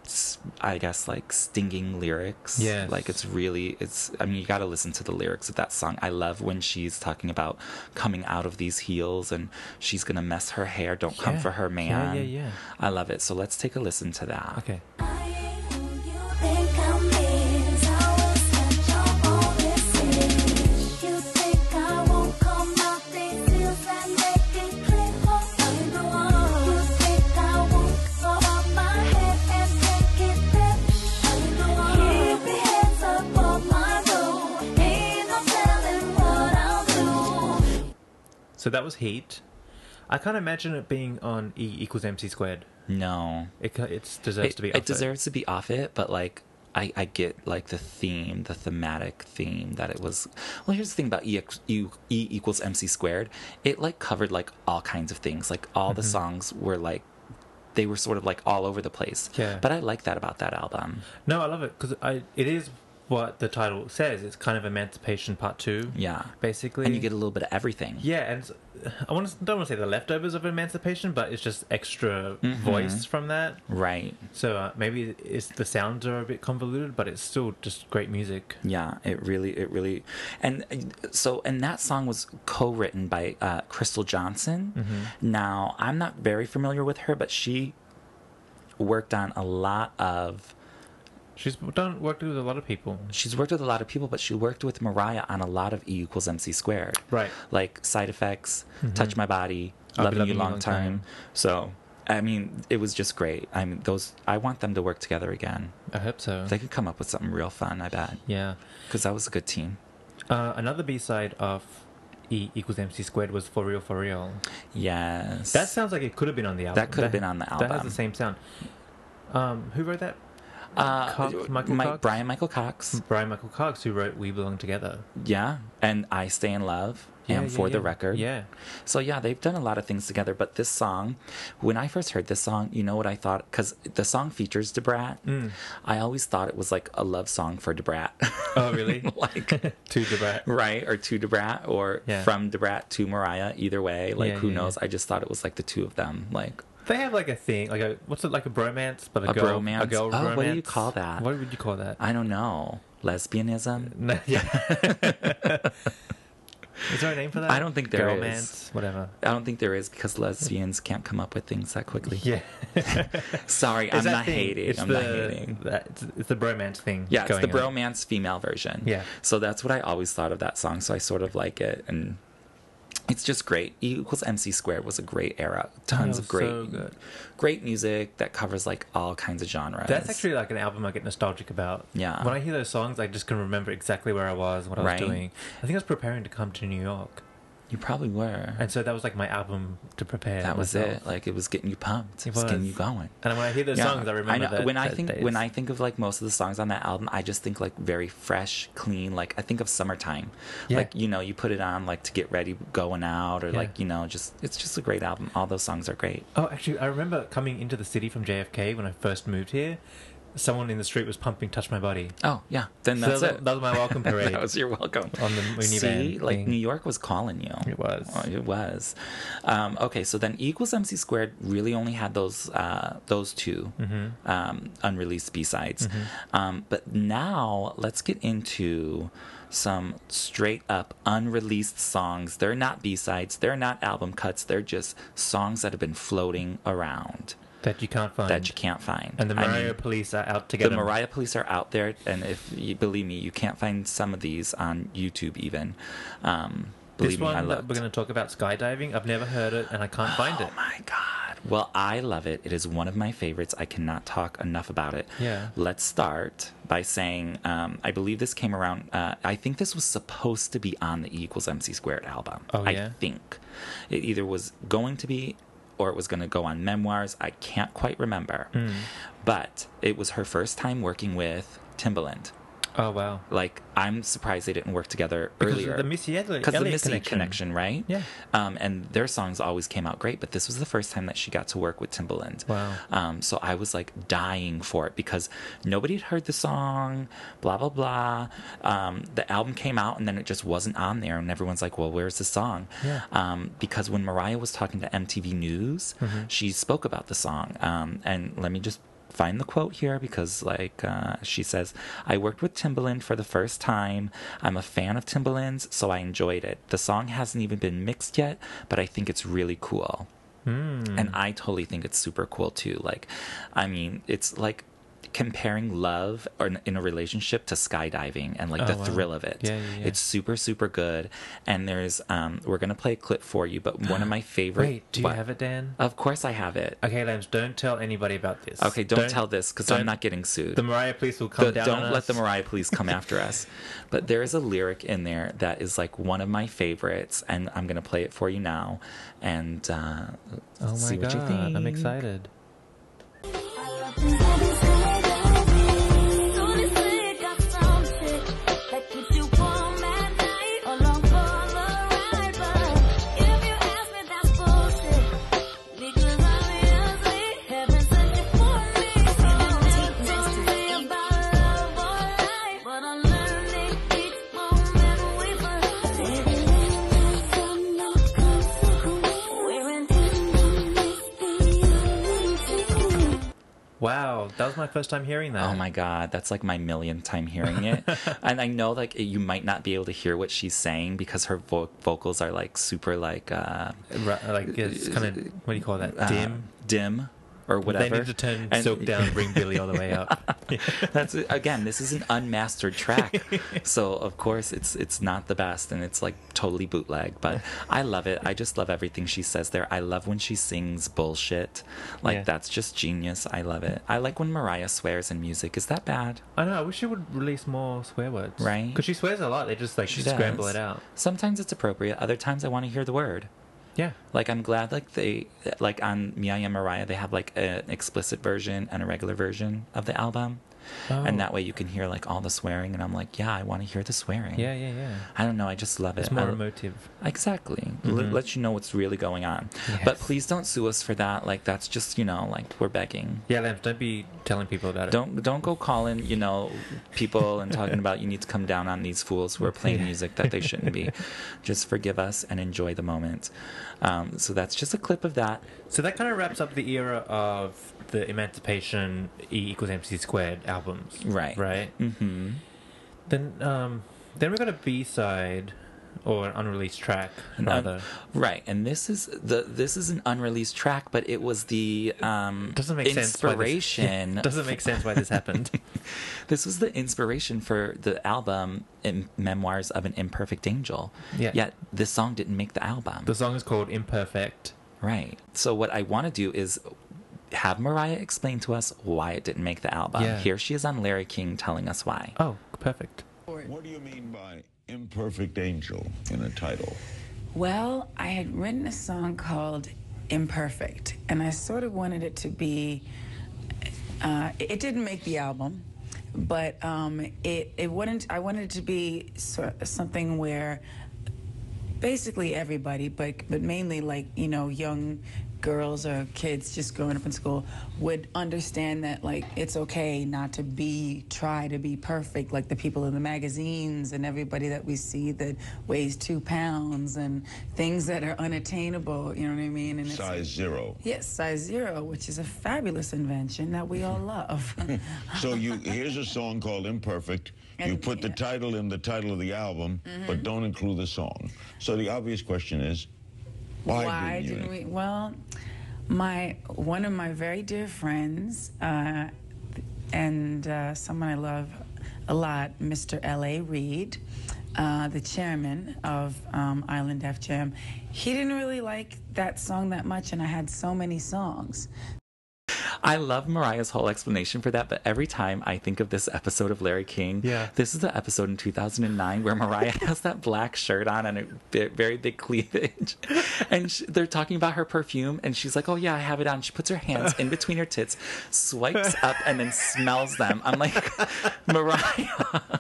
S1: s- i guess like stinging lyrics
S3: Yes.
S1: like it's really it's i mean you got to listen to the lyrics of that song i love when she's talking about coming out of these heels and she's gonna mess her hair don't come
S3: Yeah.
S1: for her man
S3: Yeah, yeah, yeah.
S1: i love it so let's take a listen to that
S3: Okay. So that was Heat. I can't imagine it being on E equals MC squared.
S1: no
S3: It ca- it's deserves
S1: it,
S3: to be.
S1: it
S3: off
S1: deserves to be off it, but like I, I get like the theme, the thematic theme that it was. Well, here's the thing about E, ex- U- e equals MC squared. It like covered like all kinds of things. Like all
S3: Mm-hmm.
S1: the songs were like they were sort of like all over the place.
S3: Yeah.
S1: But I like that about that album.
S3: No, I love it because I it is what the title says. It's kind of emancipation part two.
S1: Yeah.
S3: basically.
S1: And you get a little bit of everything.
S3: yeah, and it's- I want to don't want to say the leftovers of emancipation, but it's just extra
S1: Mm-hmm.
S3: voice from that.
S1: Right.
S3: So uh, maybe it's the sounds are a bit convoluted, but it's still just great music.
S1: Yeah, it really, it really, and uh, so, and that song was co-written by uh, Crystal Johnson. Now, I'm not very familiar with her, but she worked on a lot of.
S3: She's done worked with a lot of people.
S1: She's worked with a lot of people, but she worked with Mariah on a lot of E equals MC squared.
S3: Right.
S1: Like side effects, touch my body,
S3: I'll
S1: loving,
S3: Be
S1: you long, time. So, I mean, it was just great. I mean, those. I want them to work together again.
S3: I hope so.
S1: They could come up with something real fun. I bet
S3: yeah.
S1: because that was a good team.
S3: Uh, another B side of E equals MC squared was For Real For Real.
S1: Yes.
S3: That sounds like it could have been on the album.
S1: could have been on the
S3: That has
S1: album.
S3: the same sound. Um, who wrote that?
S1: Uh,
S3: Cox- Michael
S1: Mi-
S3: Cox? Hmm.
S1: Brian Michael Cox.
S3: Brian Michael Cox, who wrote We Belong Together.
S1: Yeah. And I Stay in Love. am for the
S3: yeah.
S1: record.
S3: Yeah.
S1: So yeah, they've done a lot of things together. But this song, when I first heard this song, you know what I thought? Because the song features Debrat.
S3: Hmm.
S1: I always thought it was like a love song for
S3: [LAUGHS]
S1: Debrat, [LAUGHS]
S3: Oh, really?
S1: like
S3: to the back.
S1: right or to Debrat or
S3: Yeah.
S1: from Debrat to Mariah. Either way, like
S3: Yeah,
S1: who
S3: yeah,
S1: knows? I just thought it was like the two of them, like
S3: They have like a thing, like a what's it like a bromance, but a,
S1: A
S3: girl,
S1: bromance?
S3: a girl
S1: Oh,
S3: romance.
S1: what do you call that?
S3: What would you call
S1: [LAUGHS]
S3: that?
S1: I don't know, lesbianism.
S3: No,
S1: [LAUGHS]
S3: yeah. is there a name for that?
S1: I don't think there
S3: girl
S1: is.
S3: romance, whatever.
S1: I don't think there is because lesbians can't come up with things that quickly.
S3: Yeah,
S1: Sorry,
S3: It's
S1: I'm
S3: that
S1: not
S3: thing.
S1: hating.
S3: It's
S1: I'm
S3: the,
S1: not hating.
S3: that- it's, it's the bromance thing.
S1: Yeah, it's
S3: going
S1: the
S3: on.
S1: bromance female version.
S3: Yeah.
S1: So that's what I always thought of that song. So I sort of like it, and it's just great. E equals MC squared was a great era. Tons
S3: Oh,
S1: of great,
S3: so good.
S1: great music that covers like all kinds of genres.
S3: That's actually like an album I get nostalgic about.
S1: Yeah.
S3: When I hear those songs, I just can remember exactly where I was, what I
S1: Right.
S3: was doing. I think I was preparing to come to New York,
S1: you probably were.
S3: and so that was like my album to prepare.
S1: that was
S3: myself.
S1: it. Like it was getting you pumped.
S3: It
S1: It was getting
S3: was.
S1: you going.
S3: And when I hear those
S1: Yeah.
S3: songs, I remember
S1: know-
S3: that.
S1: when I
S3: that
S1: think
S3: days.
S1: when I think of like most of the songs on that album, I just think like very fresh, clean. Like I think of summertime,
S3: Yeah.
S1: like you know, you put it on like to get ready, going out, or
S3: Yeah.
S1: like you know, just it's just a great album. All those songs are great.
S3: Oh, actually, I remember coming into the city from JFK when I first moved here. Someone in the street was pumping "Touch My Body."
S1: Oh yeah, then
S3: So
S1: that's
S3: that,
S1: it.
S3: that was my
S1: [LAUGHS]
S3: welcome parade.
S1: that was your welcome
S3: on the Mooney
S1: See,
S3: Van
S1: like
S3: thing.
S1: New York was calling you.
S3: It was.
S1: Oh, it was. Um, okay, so then E equals MC squared really only had those uh, those 2
S3: Mm-hmm.
S1: um, unreleased B sides, um, but now let's get into some straight up unreleased songs. They're not B sides. They're not album cuts. They're just songs that have been floating around
S3: that you can't find.
S1: that you can't find.
S3: and the
S1: I mean,
S3: Mariah Police are out to get
S1: the
S3: 'em.
S1: Mariah police are out there, and if you believe me, you can't find some of these on YouTube even. Um, believe
S3: This
S1: me, I
S3: one that
S1: love.
S3: we're going to talk about skydiving. I've never heard it, and I can't find it.
S1: Oh my god! Well, I love it. It is one of my favorites. I cannot talk enough about it.
S3: Yeah.
S1: Let's start by saying um, I believe this came around. Uh, I think this was supposed to be on the E equals MC squared album.
S3: Oh,
S1: I
S3: yeah?
S1: think it either was going to be or it was going to go on memoirs. I can't quite remember,
S3: Hmm.
S1: but it was her first time working with Timbaland.
S3: Oh wow!
S1: like I'm surprised they didn't work together
S3: Because of
S1: earlier.
S3: the Missy Elliott-
S1: because the
S3: Elliott
S1: Missy connection,
S3: connection.
S1: right?
S3: Yeah.
S1: Um, and their songs always came out great, but this was the first time that she got to work with Timbaland.
S3: Wow.
S1: Um, so I was like dying for it because nobody had heard the song. Blah blah blah. Um, the album came out and then it just wasn't on there, and everyone's like, "Well, where's the song?"
S3: Yeah.
S1: Um, because when Mariah was talking to MTV News, she spoke about the song. Um, and let me just find the quote here because like uh, she says i worked with timbaland for the first time i'm a fan of timbaland's so i enjoyed it the song hasn't even been mixed yet but i think it's really cool and
S3: Mm.
S1: i totally think it's super cool too like i mean it's like comparing love or in- in a relationship to skydiving and like the
S3: Oh, wow.
S1: thrill of it
S3: Yeah, yeah, yeah.
S1: it's super super good and there's um we're gonna play a clip for you but
S3: [GASPS]
S1: one of my favorite
S3: Wait, do you
S1: what?
S3: have it, Dan?
S1: of course i have it
S3: Okay, Lambs, don't tell anybody about this.
S1: okay don't, tell this because i'm
S3: don't-
S1: not getting sued
S3: The Mariah Police will come
S1: the-
S3: down.
S1: don't
S3: on
S1: let
S3: us.
S1: the Mariah police
S3: [LAUGHS]
S1: come after us. But there is a lyric in there that is like one of my favorites, and I'm gonna play it for you now, and uh,
S3: Oh my
S1: see
S3: god!
S1: what you think.
S3: I'm excited.
S6: Thank you.
S3: Wow, that was my first time hearing that.
S1: Oh my god, that's like my millionth time hearing
S3: [LAUGHS]
S1: it, and I know like you might not be able to hear what she's saying because her vo- vocals are like super like uh,
S3: Ru- like it's kind of what do you call that?
S1: uh,
S3: Dim.
S1: dim, or whatever.
S3: They need to turn
S1: And- [LAUGHS]
S3: Silk down, and bring Billy all the way up.
S1: That's again. This is an unmastered track,
S3: [LAUGHS]
S1: so of course it's it's not the best, and it's like totally bootleg. But I love it. I just love everything she says there. I love when she sings bullshit. Like
S3: Yeah.
S1: that's just genius. I love it. I like when Mariah swears in music. Is that bad?
S3: I know. I wish she would release more swear words.
S1: Right.
S3: Because she swears a lot. They just like
S1: She
S3: scramble
S1: does.
S3: it out.
S1: Sometimes it's appropriate. Other times I want to hear the word.
S3: Yeah.
S1: Like I'm glad like they like on Mia and Mariah they have like an explicit version and a regular version of the album.
S3: Oh.
S1: and that way you can hear like all the swearing. And I'm like, yeah, I want to hear the swearing.
S3: Yeah, yeah, yeah.
S1: I don't know. I just love it.
S3: It's more
S1: I-
S3: emotive.
S1: Exactly. Let, let you know what's really going on. But
S3: Yes.
S1: please don't sue us for that. Like that's just you know like we're begging.
S3: Yeah, Lance, don't be telling people about it.
S1: Don't don't go calling you know people and talking about you need to come down on these fools who are playing music that they shouldn't
S3: [LAUGHS]
S1: be. Just forgive us and enjoy the moment. Um, so that's just a clip of that.
S3: So that kind of wraps up the era of the Emancipation E equals MC squared albums.
S1: Right.
S3: Right?
S1: Mm-hmm.
S3: Then, um, then we got a B side or an unreleased track,
S1: And un-
S3: rather.
S1: Um, right, and this is the this is an unreleased track, but it was the um,
S3: Doesn't make sense why this-
S1: inspiration.
S3: [LAUGHS] Doesn't make sense why this
S1: [LAUGHS]
S3: happened.
S1: This was the inspiration for the album in Memoirs of an Imperfect Angel.
S3: Yeah.
S1: Yet this song didn't make the album.
S3: the song is called Imperfect.
S1: right. So what I want to do is have Mariah explain to us why it didn't make the album.
S3: Yeah.
S1: Here she is on Larry King telling us why.
S3: Oh, perfect.
S7: What do you mean by imperfect angel in a title?
S4: Well, I had written a song called Imperfect, and I sort of wanted it to be. Uh, it it didn't make the album, but um, it it wouldn't. I wanted it to be sort something where basically everybody, but but mainly like you know young girls or kids just growing up in school would understand that like it's okay not to be try to be perfect like the people in the magazines and everybody that we see that weighs two pounds and things that are unattainable you know what i mean and it's
S7: Size zero.
S4: yes size zero which is a fabulous invention that we all love
S7: So [LAUGHS] you here's a song called Imperfect. You
S4: And-
S7: put the
S4: yeah.
S7: title in the title of the album, but don't include the song. So the obvious question is, why, didn't you?
S4: we? Well, my one of my very dear friends uh, and uh, someone I love a lot, Mr. L.A. Reid, uh, the chairman of um, Island Def Jam, he didn't really like that song that much, and I had so many songs.
S1: I love Mariah's whole explanation for that, but every time I think of this episode of Larry King,
S3: Yeah.
S1: this is the episode in 2009 where Mariah [LAUGHS] has that black shirt on and a bi- very big cleavage. [LAUGHS] And sh they're talking about her perfume, and she's like, Oh, yeah, I have it on. She puts her hands in between her tits, swipes up, and then smells them. I'm like, [LAUGHS]
S3: [LAUGHS]
S1: Mariah, I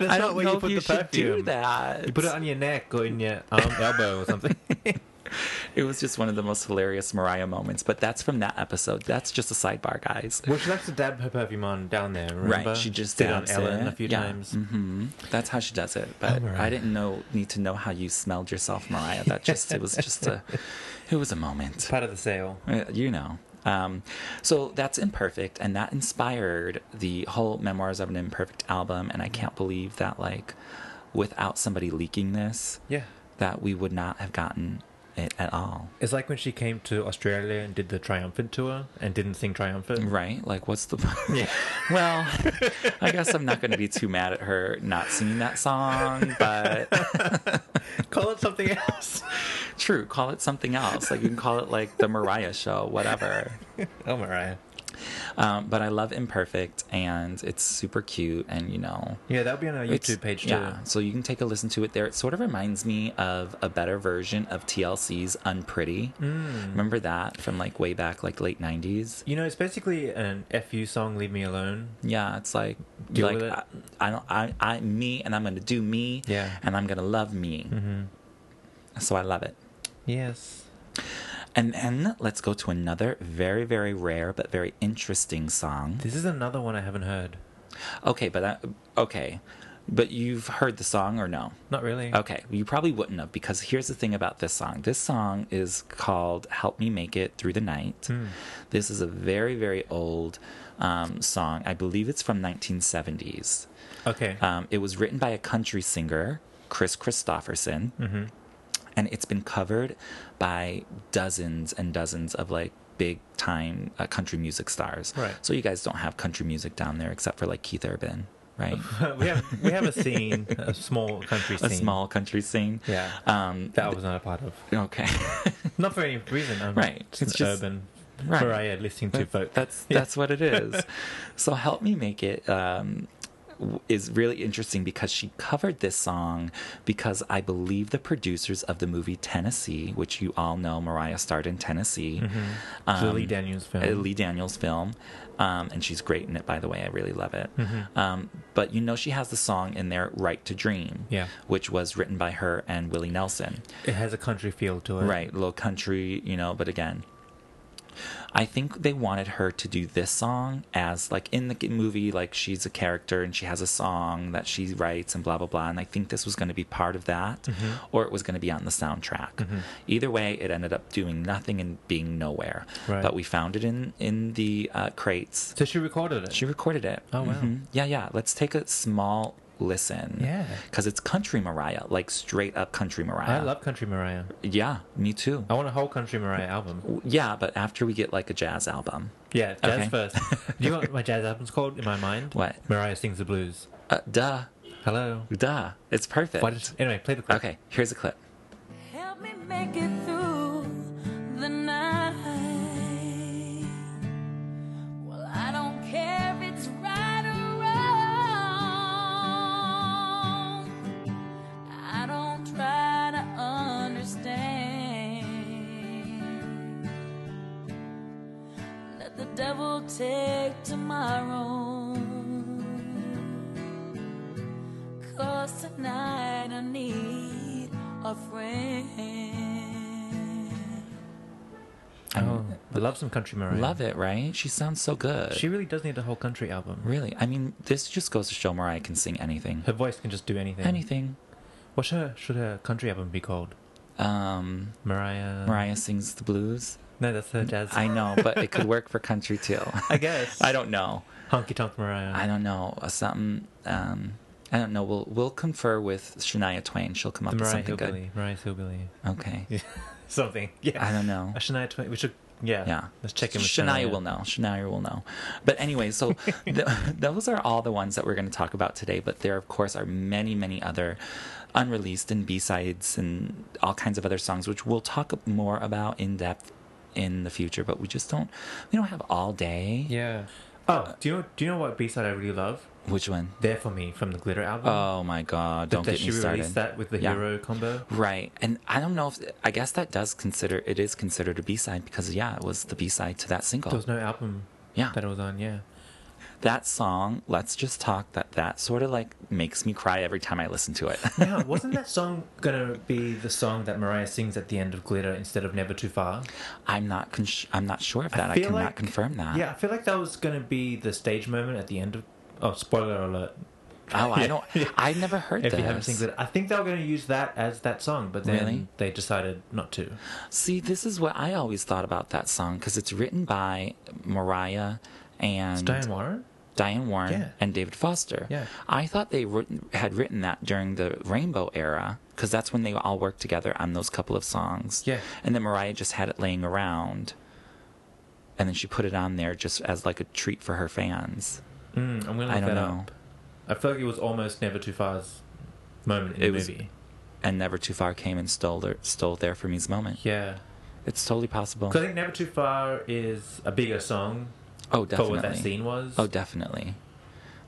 S3: not
S1: don't
S3: where
S1: know
S3: you
S1: if
S3: put
S1: you
S3: the
S1: should do
S3: perfume.
S1: that.
S3: You put it on your neck or in your
S1: [LAUGHS]
S3: arm, elbow or something.
S1: It was just one of the most hilarious Mariah moments, but that's from that episode. That's just a sidebar, guys.
S3: well, she likes to dab her perfume on down there, remember?
S1: Right, she just
S3: did on
S1: dabs it.
S3: Ellen a few
S1: Yeah. Mm-hmm.
S3: times. Oh,
S1: That's how she does it. But
S3: Mariah.
S1: I didn't know need to know how you smelled yourself, Mariah. That just it was just a [LAUGHS] it was a moment.
S3: Part of the sale.
S1: Uh, You know. Um, so that's imperfect, and that inspired the whole memoirs of an imperfect album. And I can't believe that like without somebody leaking this,
S3: Yeah.
S1: that we would not have gotten it at all.
S3: It's like when she came to Australia and did the Triumphant tour and didn't sing Triumphant.
S1: Right? Like, what's the. [LAUGHS] well, I guess I'm not going to be too mad at her not singing that song, but
S3: [LAUGHS] [LAUGHS] Call it
S1: [LAUGHS]
S3: something else.
S1: True. Call it something else. Like you can call it like the Mariah Show, whatever.
S3: oh, Mariah.
S1: Um, but I love Imperfect, and it's super cute, and you know.
S3: Yeah, that'll be on our
S1: it's-
S3: YouTube page too.
S1: Yeah, so you can take a listen to it there. It sort of reminds me of a better version of TLC's Unpretty.
S3: Mm.
S1: Remember that from like way back, like late 90s?
S3: You know, it's basically an FU song, Leave Me Alone.
S1: Yeah, it's like,
S3: Deal
S1: like
S3: with it.
S1: I, I don't, I, I, me, and I'm going to do me,
S3: Yeah. Mm-hmm.
S1: and I'm going to love me. So I love it.
S3: Yes.
S1: And then let's go to another very, very rare but very interesting song.
S3: This is another one I haven't heard.
S1: Okay, but that, okay, but you've heard the song or no?
S3: Not really.
S1: Okay, you probably wouldn't have because here's the thing about this song. This song is called "Help Me Make It Through the Night." This is a very, very old um, song. I believe it's from 1970s.
S3: Okay.
S1: Um, it was written by a country singer, Chris Christopherson,
S3: Mm-hmm.
S1: and it's been covered by dozens and dozens of like big time uh, country music stars.
S3: Right.
S1: So you guys don't have country music down there except for like Keith Urban,
S3: [LAUGHS]
S1: right?
S3: [LAUGHS] we have
S1: [LAUGHS]
S3: we have a scene, a small country scene.
S1: a small country scene.
S3: Yeah.
S1: Um,
S3: that I was not a part of.
S1: okay.
S3: Not for any reason. I'm
S1: Right,
S3: Just
S1: it's
S3: an
S1: just-
S3: urban
S1: right.
S3: Mariah listening to folk.
S1: That's
S3: Yeah.
S1: that's what it
S3: [LAUGHS]
S1: is. so help me make it um, w- is really interesting because she covered this song because I believe the producers of the movie Tennessee, which
S3: Mm-hmm.
S1: you all know Mariah starred in Tennessee,
S3: the Lee Daniels film.
S1: a Lee Daniels film. um, and she's great in it. By the way, I really love it.
S3: Mm-hmm.
S1: Um, but you know, she has the song in there, "Right to Dream,"
S3: Yeah.
S1: which was written by her and Willie Nelson.
S3: It has a country feel to it.
S1: Right, little country, you know, but again, I think they wanted her to do this song as like in the movie, like she's a character and she has a song that she writes and blah blah blah. And I think this was going to be part of that,
S3: Mm-hmm.
S1: or it was going to be on the soundtrack. Either way, it ended up doing nothing and being nowhere.
S3: Right.
S1: But we found it in in the uh, crates.
S3: So she recorded it.
S1: She recorded it.
S3: Oh, wow.
S1: Mhm. Yeah, yeah. Let's take a small listen.
S3: Yeah.
S1: Because it's country Mariah, like straight up country Mariah.
S3: I love Country Mariah.
S1: Yeah, me too.
S3: I want a whole Country Mariah album.
S1: Yeah, but after we get like a jazz album.
S3: Yeah, jazz
S1: Okay.
S3: first. Do you know what my jazz album's called in my mind?
S1: What?
S3: Mariah Sings the Blues.
S1: Uh, duh,
S3: Hello.
S1: duh. It's perfect.
S3: Why does, anyway, play the clip.
S1: okay, here's a clip.
S6: Help me make it through the night. Well, I don't care if it's right or wrong. I don't try to understand. Let the devil take tomorrow. Cause tonight I need a friend.
S3: Oh, I love some Country Mariah.
S1: Um, Love it, right? She sounds so good.
S3: She really does need a whole country album.
S1: really. I mean, this just goes to show Mariah can sing anything.
S3: Her voice can just do anything.
S1: Anything.
S3: What should her, should her country album be called?
S1: Um,
S3: Mariah.
S1: Mariah sings the blues.
S3: No, that's her jazz.
S1: I know, but it could work for country too.
S3: [LAUGHS]
S1: [LAUGHS]
S3: I guess.
S1: I don't know.
S3: Honky Tonk Mariah.
S1: I don't know. Uh, Something. Um, I don't know. We'll we'll confer with Shania Twain. She'll come up
S3: the
S1: with
S3: Mariah
S1: something
S3: Hillbilly.
S1: good.
S3: Mariah Hillbilly.
S1: Okay.
S3: Something. [LAUGHS] Yeah.
S1: I don't know.
S3: A Shania Twain. We should. Yeah.
S1: Yeah.
S3: Let's check in with
S1: Shania.
S3: Shania.
S1: will know. Shania will know. But anyway,
S3: [LAUGHS]
S1: so th- those are all the ones that we're going to talk about today. But there, of course, are many, many other unreleased and B-sides and all kinds of other songs, which we'll talk more about in depth in the future. But we just don't, we don't have all day.
S3: Yeah. Oh, do you know? Do you know what B side I really love?
S1: Which one?
S3: There for me from the Glitter album.
S1: Oh my God. Don't
S3: that
S1: get
S3: she
S1: me started.
S3: released that with the
S1: Yeah.
S3: Hero combo.
S1: Right. And I don't know if, I guess that does consider, it is considered a B-side because yeah, it was the B-side to that single.
S3: There was no album.
S1: Yeah.
S3: That it was on. Yeah.
S1: that song let's just talk that that sort of like makes me cry every time i listen to it
S3: Now, wasn't that song gonna be the song that Mariah sings at the end of Glitter instead of Never Too Far?
S1: [LAUGHS] i'm not con- i'm not sure of that i,
S3: feel
S1: cannot
S3: like-
S1: confirm that
S3: Yeah, I feel like that was gonna be the stage moment at the end of. Oh, spoiler alert!
S1: oh i
S3: [LAUGHS]
S1: don't i never heard
S3: If
S1: this
S3: you haven't seen Glitter, I think they were gonna use that as that song, but then
S1: Really?
S3: they decided not to.
S1: see this is what i always thought about that song because it's written by mariah and
S3: Diane Warren.
S1: Diane Warren
S3: Yeah.
S1: and David Foster.
S3: Yeah.
S1: I thought they written, had written that during the Rainbow era because that's when they all worked together on those couple of songs.
S3: Yeah.
S1: And then Mariah just had it laying around, and then she put it on there just as like a treat for her fans.
S3: Mm, I'm gonna look
S1: I don't
S3: that
S1: know.
S3: up. I feel like it was almost Never Too Far's moment in
S1: It
S3: the
S1: was-
S3: movie.
S1: And Never Too Far came and stole their, stole there for me's moment.
S3: Yeah,
S1: It's totally possible.
S3: because I think Never Too Far is a bigger song
S1: oh,
S3: for
S1: definitely.
S3: what that scene was.
S1: Oh, definitely.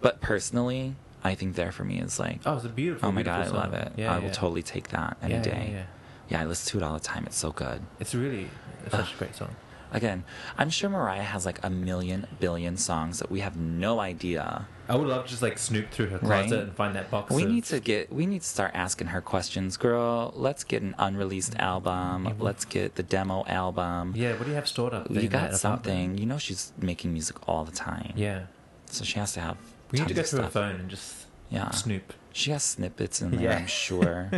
S1: But personally, I think there for me is like.
S3: Oh, it's a beautiful.
S1: Oh my god,
S3: beautiful
S1: I love
S3: song.
S1: it.
S3: Yeah,
S1: I will
S3: yeah.
S1: totally take that any
S3: Yeah, yeah,
S1: day.
S3: yeah.
S1: yeah, I listen to it all the time. It's so good.
S3: It's really it's such a great song.
S1: Again, I'm sure Mariah has like a million billion songs that we have no idea.
S3: I would love to just like snoop through her
S1: Right?
S3: closet and find that box.
S1: We
S3: of-
S1: need to get we need to start asking her questions, girl. Let's get an unreleased album. Let's get the demo album.
S3: Mm-hmm. Yeah, what do you have stored up? there
S1: You
S3: in
S1: got
S3: that apartment?
S1: something. You know she's making music all the time.
S3: Yeah,
S1: So she has to have
S3: we need to
S1: tons
S3: go
S1: of
S3: through her
S1: stuff.
S3: phone and just
S1: Yeah.
S3: snoop
S1: She has snippets in there,
S3: [LAUGHS] Yeah.
S1: I'm sure.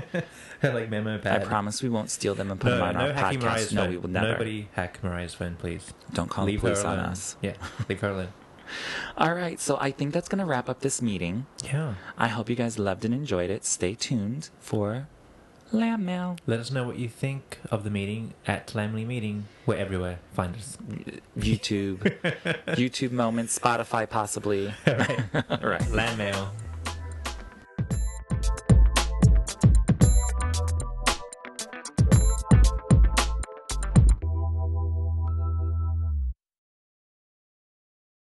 S3: her like memo
S1: I
S3: pad.
S1: promise we won't steal them and put
S3: No,
S1: them on
S3: no
S1: our
S3: hacking Mariah's
S1: podcast. No,
S3: phone.
S1: we will never.
S3: Nobody hack Mariah's phone, please.
S1: Don't call
S3: leave
S1: the police
S3: her
S1: on
S3: alone.
S1: us.
S3: Yeah, leave her alone.
S1: All right, so I think that's going to wrap up this meeting.
S3: Yeah.
S1: I hope you guys loved and enjoyed it. Stay tuned for Lamb Mail.
S3: Let us know what you think of the meeting at Lamley Meeting. We're everywhere. Find us. [LAUGHS]
S1: YouTube, YouTube moments, Spotify possibly. [LAUGHS]
S3: All right. Land mail.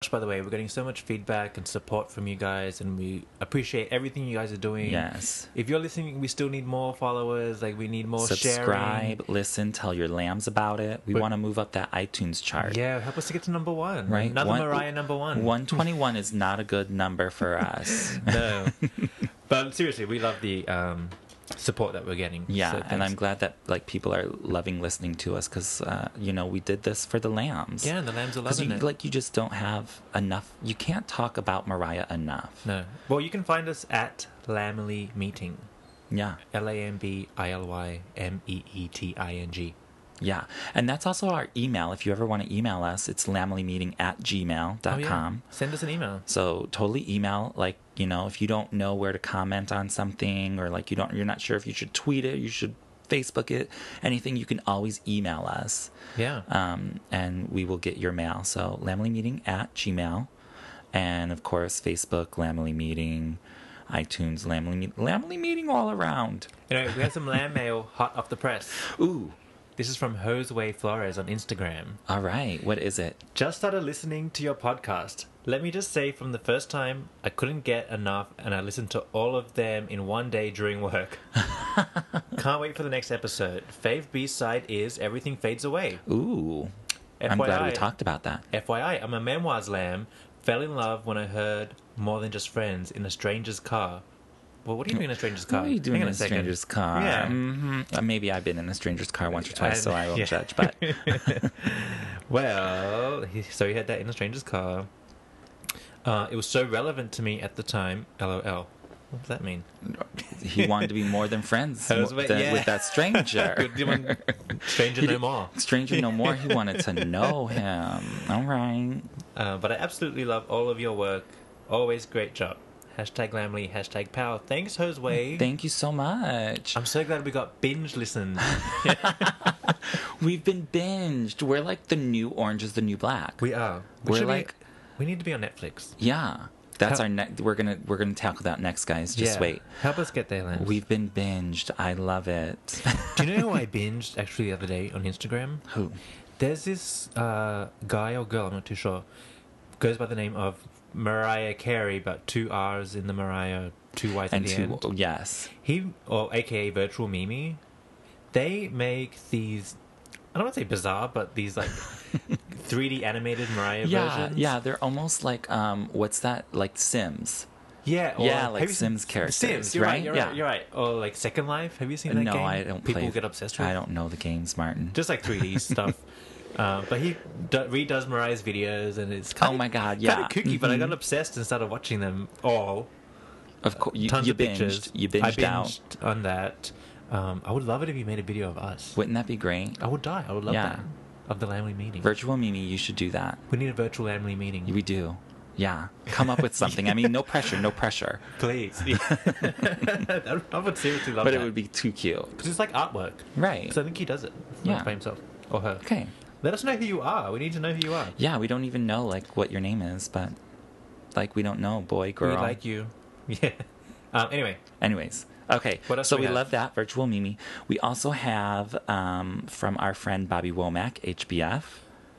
S3: much, by the way. We're getting so much feedback and support from you guys, and we appreciate everything you guys are doing.
S1: Yes.
S3: If you're listening, we still need more followers. Like we need more
S1: Subscribe, listen, tell your lambs about it. We
S3: But-
S1: want to move up that iTunes chart.
S3: sharing. Yeah, help us to get to number one.
S1: Right?
S3: Another
S1: One-
S3: Mariah number one.
S1: 121 is not a good number
S3: [LAUGHS]
S1: for us. [LAUGHS]
S3: No. but seriously, we love the um, support that we're getting.
S1: Yeah,
S3: So
S1: and
S3: thanks.
S1: I'm glad that like people are loving listening to us because uh, you know we did this for the lambs.
S3: Yeah, and the lambs are
S1: 'Cause
S3: loving
S1: you,
S3: it.
S1: Like you just don't have enough. You can't talk about Mariah enough.
S3: No. Well, you can find us at Lamely Meeting.
S1: Yeah,
S3: L A M B I L Y M E E T I N G.
S1: yeah, and that's also our email. If you ever want to email us, it's lamelymeeting at gmail.com.
S3: Oh, yeah. Send us an email.
S1: So totally email like you know if you don't know where to comment on something or like you don't you're not sure if you should tweet it, you should Facebook it, anything. You can always email us.
S3: Yeah.
S1: um, and we will get your mail. So Lamely Meeting at Gmail, and of course Facebook Lamely Meeting, iTunes Lamely Meet- Lamely Meeting all around.
S3: anyway, we have some lamb mail hot off the press.
S1: Ooh,
S3: This is from Josue Flores on Instagram.
S1: all right. What is it?
S3: Just started listening to your podcast. Let me just say from the first time, I couldn't get enough and I listened to all of them in one day during
S1: [LAUGHS]
S3: work. Can't wait for the next episode. Fave B side is Everything Fades Away.
S1: Ooh, I'm glad we
S3: FYI.
S1: talked about that.
S3: FYI, I'm a memoirs lamb. Fell in love when I heard More Than Just Friends in a Stranger's Car. Well, what are you doing in a stranger's car?
S1: What are you doing in
S3: Hang on
S1: a
S3: second.
S1: stranger's car?
S3: Yeah.
S1: Mhm. Uh, Maybe I've been in a stranger's car once or twice, so I won't
S3: [LAUGHS] yeah.
S1: judge. But [LAUGHS]
S3: Well, he, so he had that in a stranger's car. Uh, it was so relevant to me at the time. LOL. What does that mean?
S1: he wanted to be more than friends
S3: Hose
S1: mo-
S3: wa-
S1: than-
S3: yeah.
S1: with that
S3: [LAUGHS]
S1: stranger.
S3: Good one. Stranger
S1: He
S3: no
S1: did-
S3: more.
S1: Stranger no more. He wanted
S3: [LAUGHS]
S1: to know him. All right.
S3: Uh, but I absolutely love all of your work. Always great job. Hashtag Lamley, hashtag Power. Thanks, Joseway.
S1: Thank you so much.
S3: I'm so glad we got binge
S1: [LAUGHS]
S3: listens.
S1: We've been binged. We're like the new Orange is the New Black.
S3: We are.
S1: We're
S3: should be-
S1: like-
S3: we need to be on Netflix.
S1: yeah, that's
S3: How-
S1: our next. We're gonna we're gonna tackle that next, guys. Just
S3: Yeah.
S1: wait.
S3: Help us get there, Lance.
S1: We've been binged. I love it.
S3: Do you know who I binged [LAUGHS] actually the other day on Instagram?
S1: [LAUGHS] Who?
S3: There's this uh, guy or girl, I'm not too sure, goes by the name of Mariah Carey, but two R's in the Mariah, two Y's
S1: And
S3: at the
S1: two.
S3: end.
S1: Yes.
S3: He, or AKA Virtual Mimi, they make these, I don't want to say bizarre, but these
S1: [LAUGHS]
S3: like 3D animated Mariah
S1: Yeah,
S3: versions.
S1: yeah. They're almost like um, what's that? Like Sims.
S3: Yeah, or
S1: Yeah,
S3: have
S1: like
S3: you seen-
S1: Sims characters,
S3: Sims, you're
S1: right?
S3: You're
S1: Yeah.
S3: right. You're right. Or like Second Life. Have you seen that
S1: no,
S3: game?
S1: I don't.
S3: People
S1: play,
S3: get obsessed with.
S1: I don't know the games, Martin.
S3: Just
S1: [LAUGHS]
S3: like 3D stuff. Uh, but he do- redoes Mariah's videos, and it's
S1: oh
S3: kind
S1: my god.
S3: kind
S1: Yeah.
S3: of kooky. But I
S1: Mhm.
S3: got obsessed and started watching them all.
S1: Of course, you,
S3: Tons
S1: you
S3: of
S1: binged.
S3: pictures.
S1: You binged,
S3: I binged
S1: out.
S3: on that. Um, I would love it if you made a video of us.
S1: Wouldn't that be great?
S3: I would die. I would love
S1: Yeah.
S3: that. Of the Lamley meeting.
S1: Virtual Mimi, you should do that.
S3: we need a virtual Lamley meeting.
S1: We do. Yeah. Come
S3: [LAUGHS]
S1: up with something. I mean, no pressure. No pressure. [LAUGHS]
S3: Please. [LAUGHS] I would seriously love
S1: But
S3: that.
S1: it would be too cute.
S3: Because it's like artwork.
S1: Right.
S3: So I think he does it
S1: Yeah.
S3: by himself or her.
S1: Okay.
S3: Let us know who you are. We need to know who you are.
S1: Yeah, we don't even know like what your name is, but like we don't know, boy, girl.
S3: We like you. [LAUGHS] Yeah. Um, anyway,
S1: Anyways, okay.
S3: What else
S1: so
S3: we
S1: we,
S3: have?
S1: love that virtual Mimi. We also have um, from our friend Bobby Womack, HBF.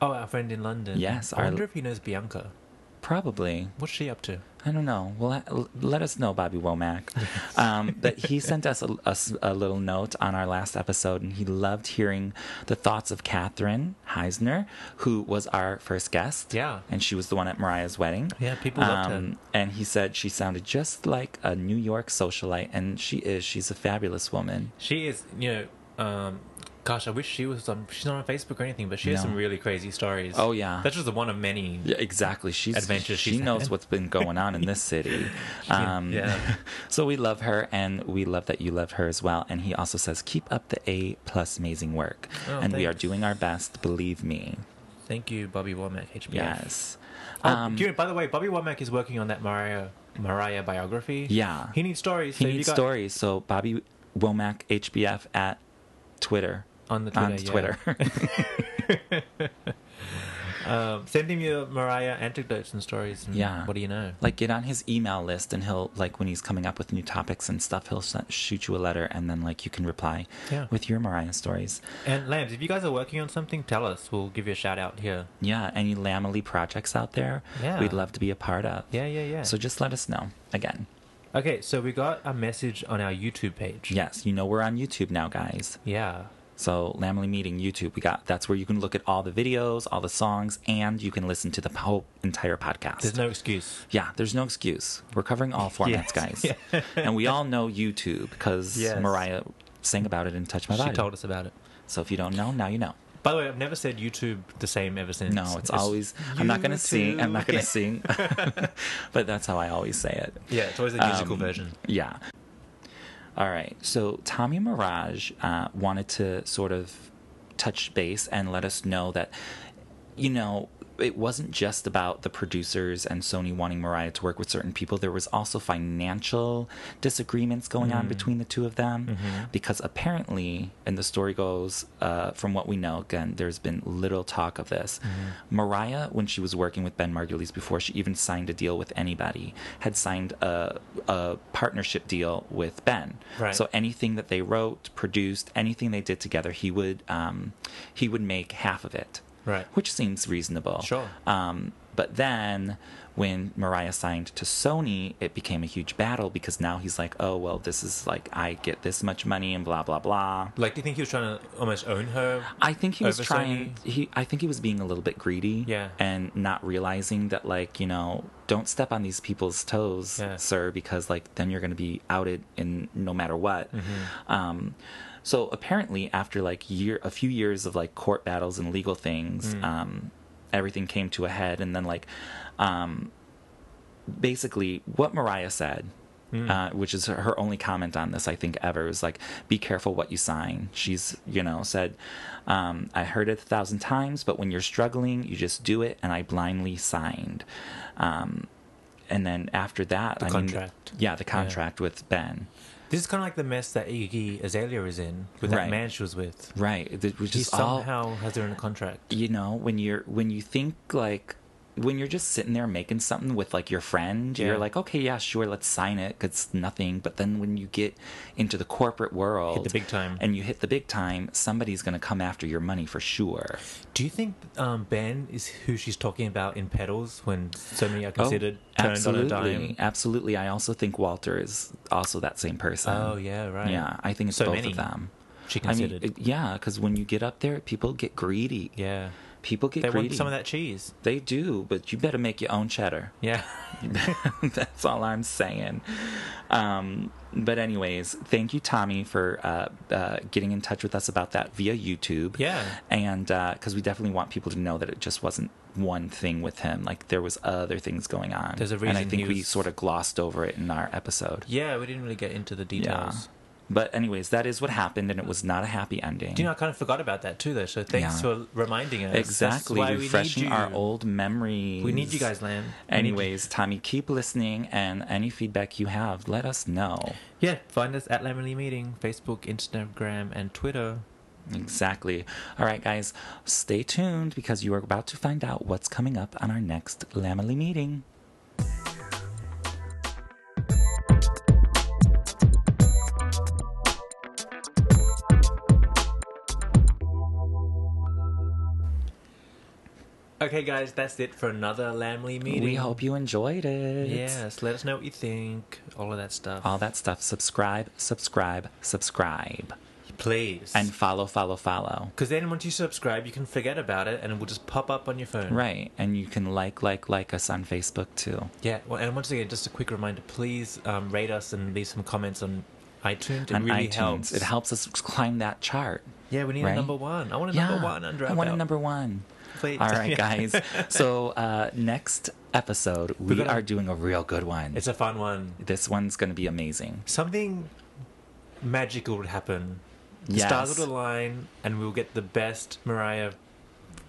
S3: oh, our friend in London.
S1: Yes,
S3: I
S1: our-
S3: wonder if he knows Bianca.
S1: Probably.
S3: What's she up to?
S1: I don't know. Well, let, let us know, Bobby
S3: [LAUGHS]
S1: Womack. Um, but he sent us a, a s- a little note on our last episode, and he loved hearing the thoughts of Catherine Heisner, who was our first guest.
S3: Yeah.
S1: And she was the one at Mariah's wedding. Um,
S3: Yeah, people loved her.
S1: And he said she sounded just like a New York socialite, and she is. She's a fabulous woman.
S3: She is, you know, um, gosh, I wish she was on. She's not on Facebook or anything, but she has
S1: No.
S3: some really crazy stories.
S1: Oh, yeah.
S3: That's just the one of many.
S1: Yeah, exactly. She's
S3: Adventure
S1: She
S3: she's
S1: knows
S3: had.
S1: what's been going on in
S3: [LAUGHS]
S1: this city. Um, [LAUGHS]
S3: yeah.
S1: So we love her, and we love that you love her as well. And he also says, "Keep up the A plus amazing work,
S3: Oh,
S1: and we are
S3: thanks.
S1: doing our best. Believe me."
S3: Thank you, Bobby Womack, HBF.
S1: Yes.
S3: Oh,
S1: Um,
S3: do you know, by the way, Bobby Womack is working on that Mariah Mariah biography.
S1: Yeah.
S3: He needs stories.
S1: he
S3: so if you
S1: needs
S3: got-
S1: stories. So Bobby Womack HBF at Twitter
S3: On the
S1: on
S3: [LAUGHS] Twitter, yeah.
S1: Twitter.
S3: Um, send him your Mariah anecdotes and stories. And
S1: Yeah.
S3: What do you know?
S1: [LAUGHS] Like get on his email list, and he'll like when he's coming up with new topics and stuff, he'll se- shoot you a letter, and then like you can reply
S3: Yeah.
S1: with your Mariah stories.
S3: And Lambs, if you guys are working on something, tell us. We'll give you a shout out here.
S1: Yeah, any Lamely projects out there?
S3: Yeah.
S1: we'd love to be a part of.
S3: Yeah, yeah, yeah.
S1: So just let us know again.
S3: Okay, so we got a message on our YouTube page.
S1: Yes, you know we're on YouTube now, guys.
S3: Yeah.
S1: So Lamely Meeting YouTube, we got that's where you can look at all the videos, all the songs, and you can listen to the whole entire podcast.
S3: There's no excuse.
S1: yeah, there's no excuse. We're covering
S3: [LAUGHS]
S1: all formats, guys,
S3: Yeah.
S1: and we all know YouTube because
S3: Yes.
S1: Mariah sang about it in Touch My
S3: She
S1: Body.
S3: told us about it.
S1: So if you don't know, now you know.
S3: By the way, I've never said YouTube the same ever since.
S1: No, it's, always I'm not gonna sing. I'm not gonna sing,
S3: YouTube.
S1: [LAUGHS] but that's how I always say it.
S3: [LAUGHS] Yeah, it's always a musical
S1: Um,
S3: version.
S1: Yeah. All right. So Tommy Mirage uh, wanted to sort of touch base and let us know that, you know, it wasn't just about the producers and Sony wanting Mariah to work with certain people. There was also financial disagreements going on between the two of them because apparently, and the story goes uh, from what we know, again, there's been little talk of this. Mariah, when she was working with Ben Margulies before she even signed a deal with anybody, had signed a, a partnership deal with Ben.
S3: Right.
S1: So anything that they wrote, produced, anything they did together, he would um, he would make half of it.
S3: Right.
S1: Which seems reasonable.
S3: Sure.
S1: Um, but then when Mariah signed to Sony, it became a huge battle because now he's like, oh, well, this is like, I get this much money and blah, blah, blah.
S3: Like, do you think he was trying to almost own her?
S1: I think he was
S3: Over Sony?
S1: trying, he, I think he was being a little bit greedy.
S3: Yeah.
S1: And not realizing that, like, you know, don't step on these people's toes,
S3: Yeah.
S1: sir, because, like, then you're going to be outed in no matter what.
S3: Mm-hmm.
S1: Um, so apparently, after like year, a few years of like court battles and legal things,
S3: Mm.
S1: um, everything came to a head, and then like, um, basically, what Mariah said,
S3: Hmm.
S1: uh, which is her, her only comment on this, I think, ever, was like, "Be careful what you sign." She's, you know, said, um, "I heard it a thousand times, but when you're struggling, you just do it," and I blindly signed. Um, and then after that, the I
S3: contract.
S1: mean, yeah, the contract with Ben.
S3: This is kind of like the mess that Iggy Azalea is in with
S1: Right.
S3: that man she was with.
S1: Right, it was
S3: He
S1: just all-
S3: somehow has her in a contract.
S1: you know when you're when you think like when you're just sitting there making something with like your friend
S3: Yeah.
S1: you're like okay yeah sure let's sign it it's nothing but then when you get into the corporate world
S3: Hit the big time.
S1: and you hit the big time somebody's going to come after your money for sure
S3: Do you think um, Ben is who she's talking about in Petals when so many are considered
S1: oh,
S3: turned on a
S1: absolutely
S3: dime?
S1: absolutely i also think walter is also that same person
S3: Oh yeah, right.
S1: yeah i think it's
S3: So
S1: both
S3: many
S1: of them
S3: She
S1: i mean
S3: considered.
S1: it, yeah because when you get up there people get greedy
S3: yeah,
S1: people get
S3: they
S1: greedy
S3: want some of that cheese.
S1: they do but you better make your own cheddar
S3: Yeah, [LAUGHS]
S1: [LAUGHS] That's all I'm saying. Um, but anyways, thank you, Tommy, for uh, uh, getting in touch with us about that via YouTube.
S3: Yeah.
S1: and because we definitely want people to know that it just wasn't one thing with him. Like there was other things going on.
S3: There's a
S1: and I
S3: reason
S1: think
S3: he
S1: we
S3: was-
S1: sort of glossed over it in our episode.
S3: yeah. We didn't really get into the details.
S1: But anyways, that is what happened, and it was not a happy ending.
S3: Do you know? I kind of forgot about that too, though. So thanks
S1: Yeah.
S3: for reminding us. That's
S1: exactly
S3: why we need
S1: refreshing
S3: you.
S1: our old memories.
S3: We need you guys, Lamb. We need you.
S1: Anyways, Tommy, keep listening, and any feedback you have, let us know.
S3: yeah. Find us at Lamely Meeting, Facebook, Instagram, and Twitter.
S1: Exactly. All right, guys, stay tuned because you are about to find out what's coming up on our next Lamely meeting.
S3: Okay, guys, that's it for another Lamely Meeting.
S1: We hope you enjoyed it.
S3: Yes, let us know what you think. All of that stuff.
S1: All that stuff. Subscribe, subscribe, subscribe.
S3: Please.
S1: And follow, follow, follow.
S3: Because then once you subscribe, you can forget about it and it will just pop up on your phone.
S1: Right. And you can like, like, like us on Facebook too.
S3: Yeah. Well, and once again, just a quick reminder please um, rate us and leave some comments on iTunes. It
S1: on
S3: really
S1: iTunes.
S3: helps.
S1: It helps us climb that chart.
S3: Yeah, we need
S1: right?
S3: a number one. I want a number one under our
S1: I want a
S3: belt.
S1: number
S3: [LAUGHS]
S1: one.
S3: Please.
S1: All right,
S3: Yeah.
S1: guys. So uh, next episode, we
S3: gonna-
S1: are doing a real good one.
S3: It's a fun one.
S1: this one's going to be amazing.
S3: Something magical would happen. The stars
S1: Yes.
S3: would align and we'll get the best Mariah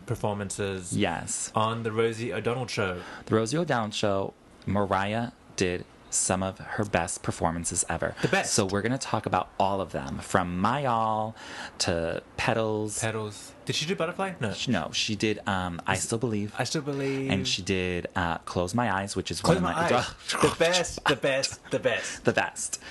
S3: performances
S1: Yes.
S3: on the Rosie O'Donnell show.
S1: The Rosie O'Donnell Show, Mariah did some of her best performances ever.
S3: The best.
S1: So we're going to talk about all of them from My All to Petals.
S3: Petals. Did she do Butterfly? No.
S1: no, she did um, I Still Believe.
S3: I still believe.
S1: and she did uh, Close My Eyes, which is
S3: Close
S1: one
S3: my
S1: of my
S3: eyes. [LAUGHS] the best, the best, the best.
S1: the best.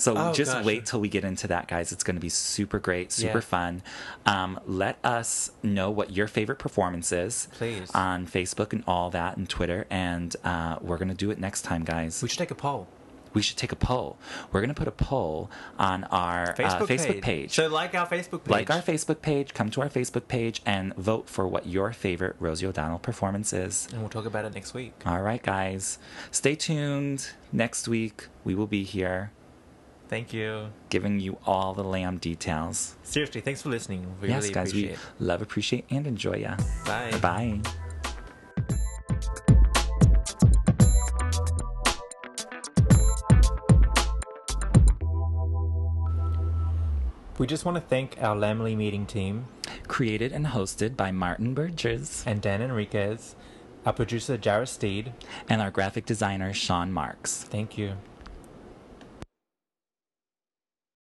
S1: So
S3: Oh,
S1: just
S3: gosh.
S1: wait till we get into that, guys. It's going to be super great, super
S3: Yeah.
S1: fun. Um, let us know what your favorite performance is,
S3: Please.
S1: on Facebook and all that, and Twitter. And uh, we're going to do it next time, guys.
S3: We should take a poll.
S1: We should take a poll. We're going to put a poll on our
S3: Facebook,
S1: uh, Facebook page.
S3: So like our Facebook page.
S1: like our Facebook page, come to our Facebook page and vote for what your favorite Rosie O'Donnell performance is.
S3: and we'll talk about it next week.
S1: All right, guys. Stay tuned. Next week, we will be here
S3: Thank you.
S1: giving you all the lamb details.
S3: Seriously, thanks for listening. We
S1: yes,
S3: really
S1: guys, we
S3: appreciate it.
S1: love, appreciate, and enjoy ya.
S3: Bye.
S1: Bye.
S3: We just want to thank our Lamely meeting team
S1: Created and hosted by Martin Burgess
S3: and Dan Enriquez, our producer Jarrah Steed.
S1: and our graphic designer, Sean Marks.
S3: Thank you.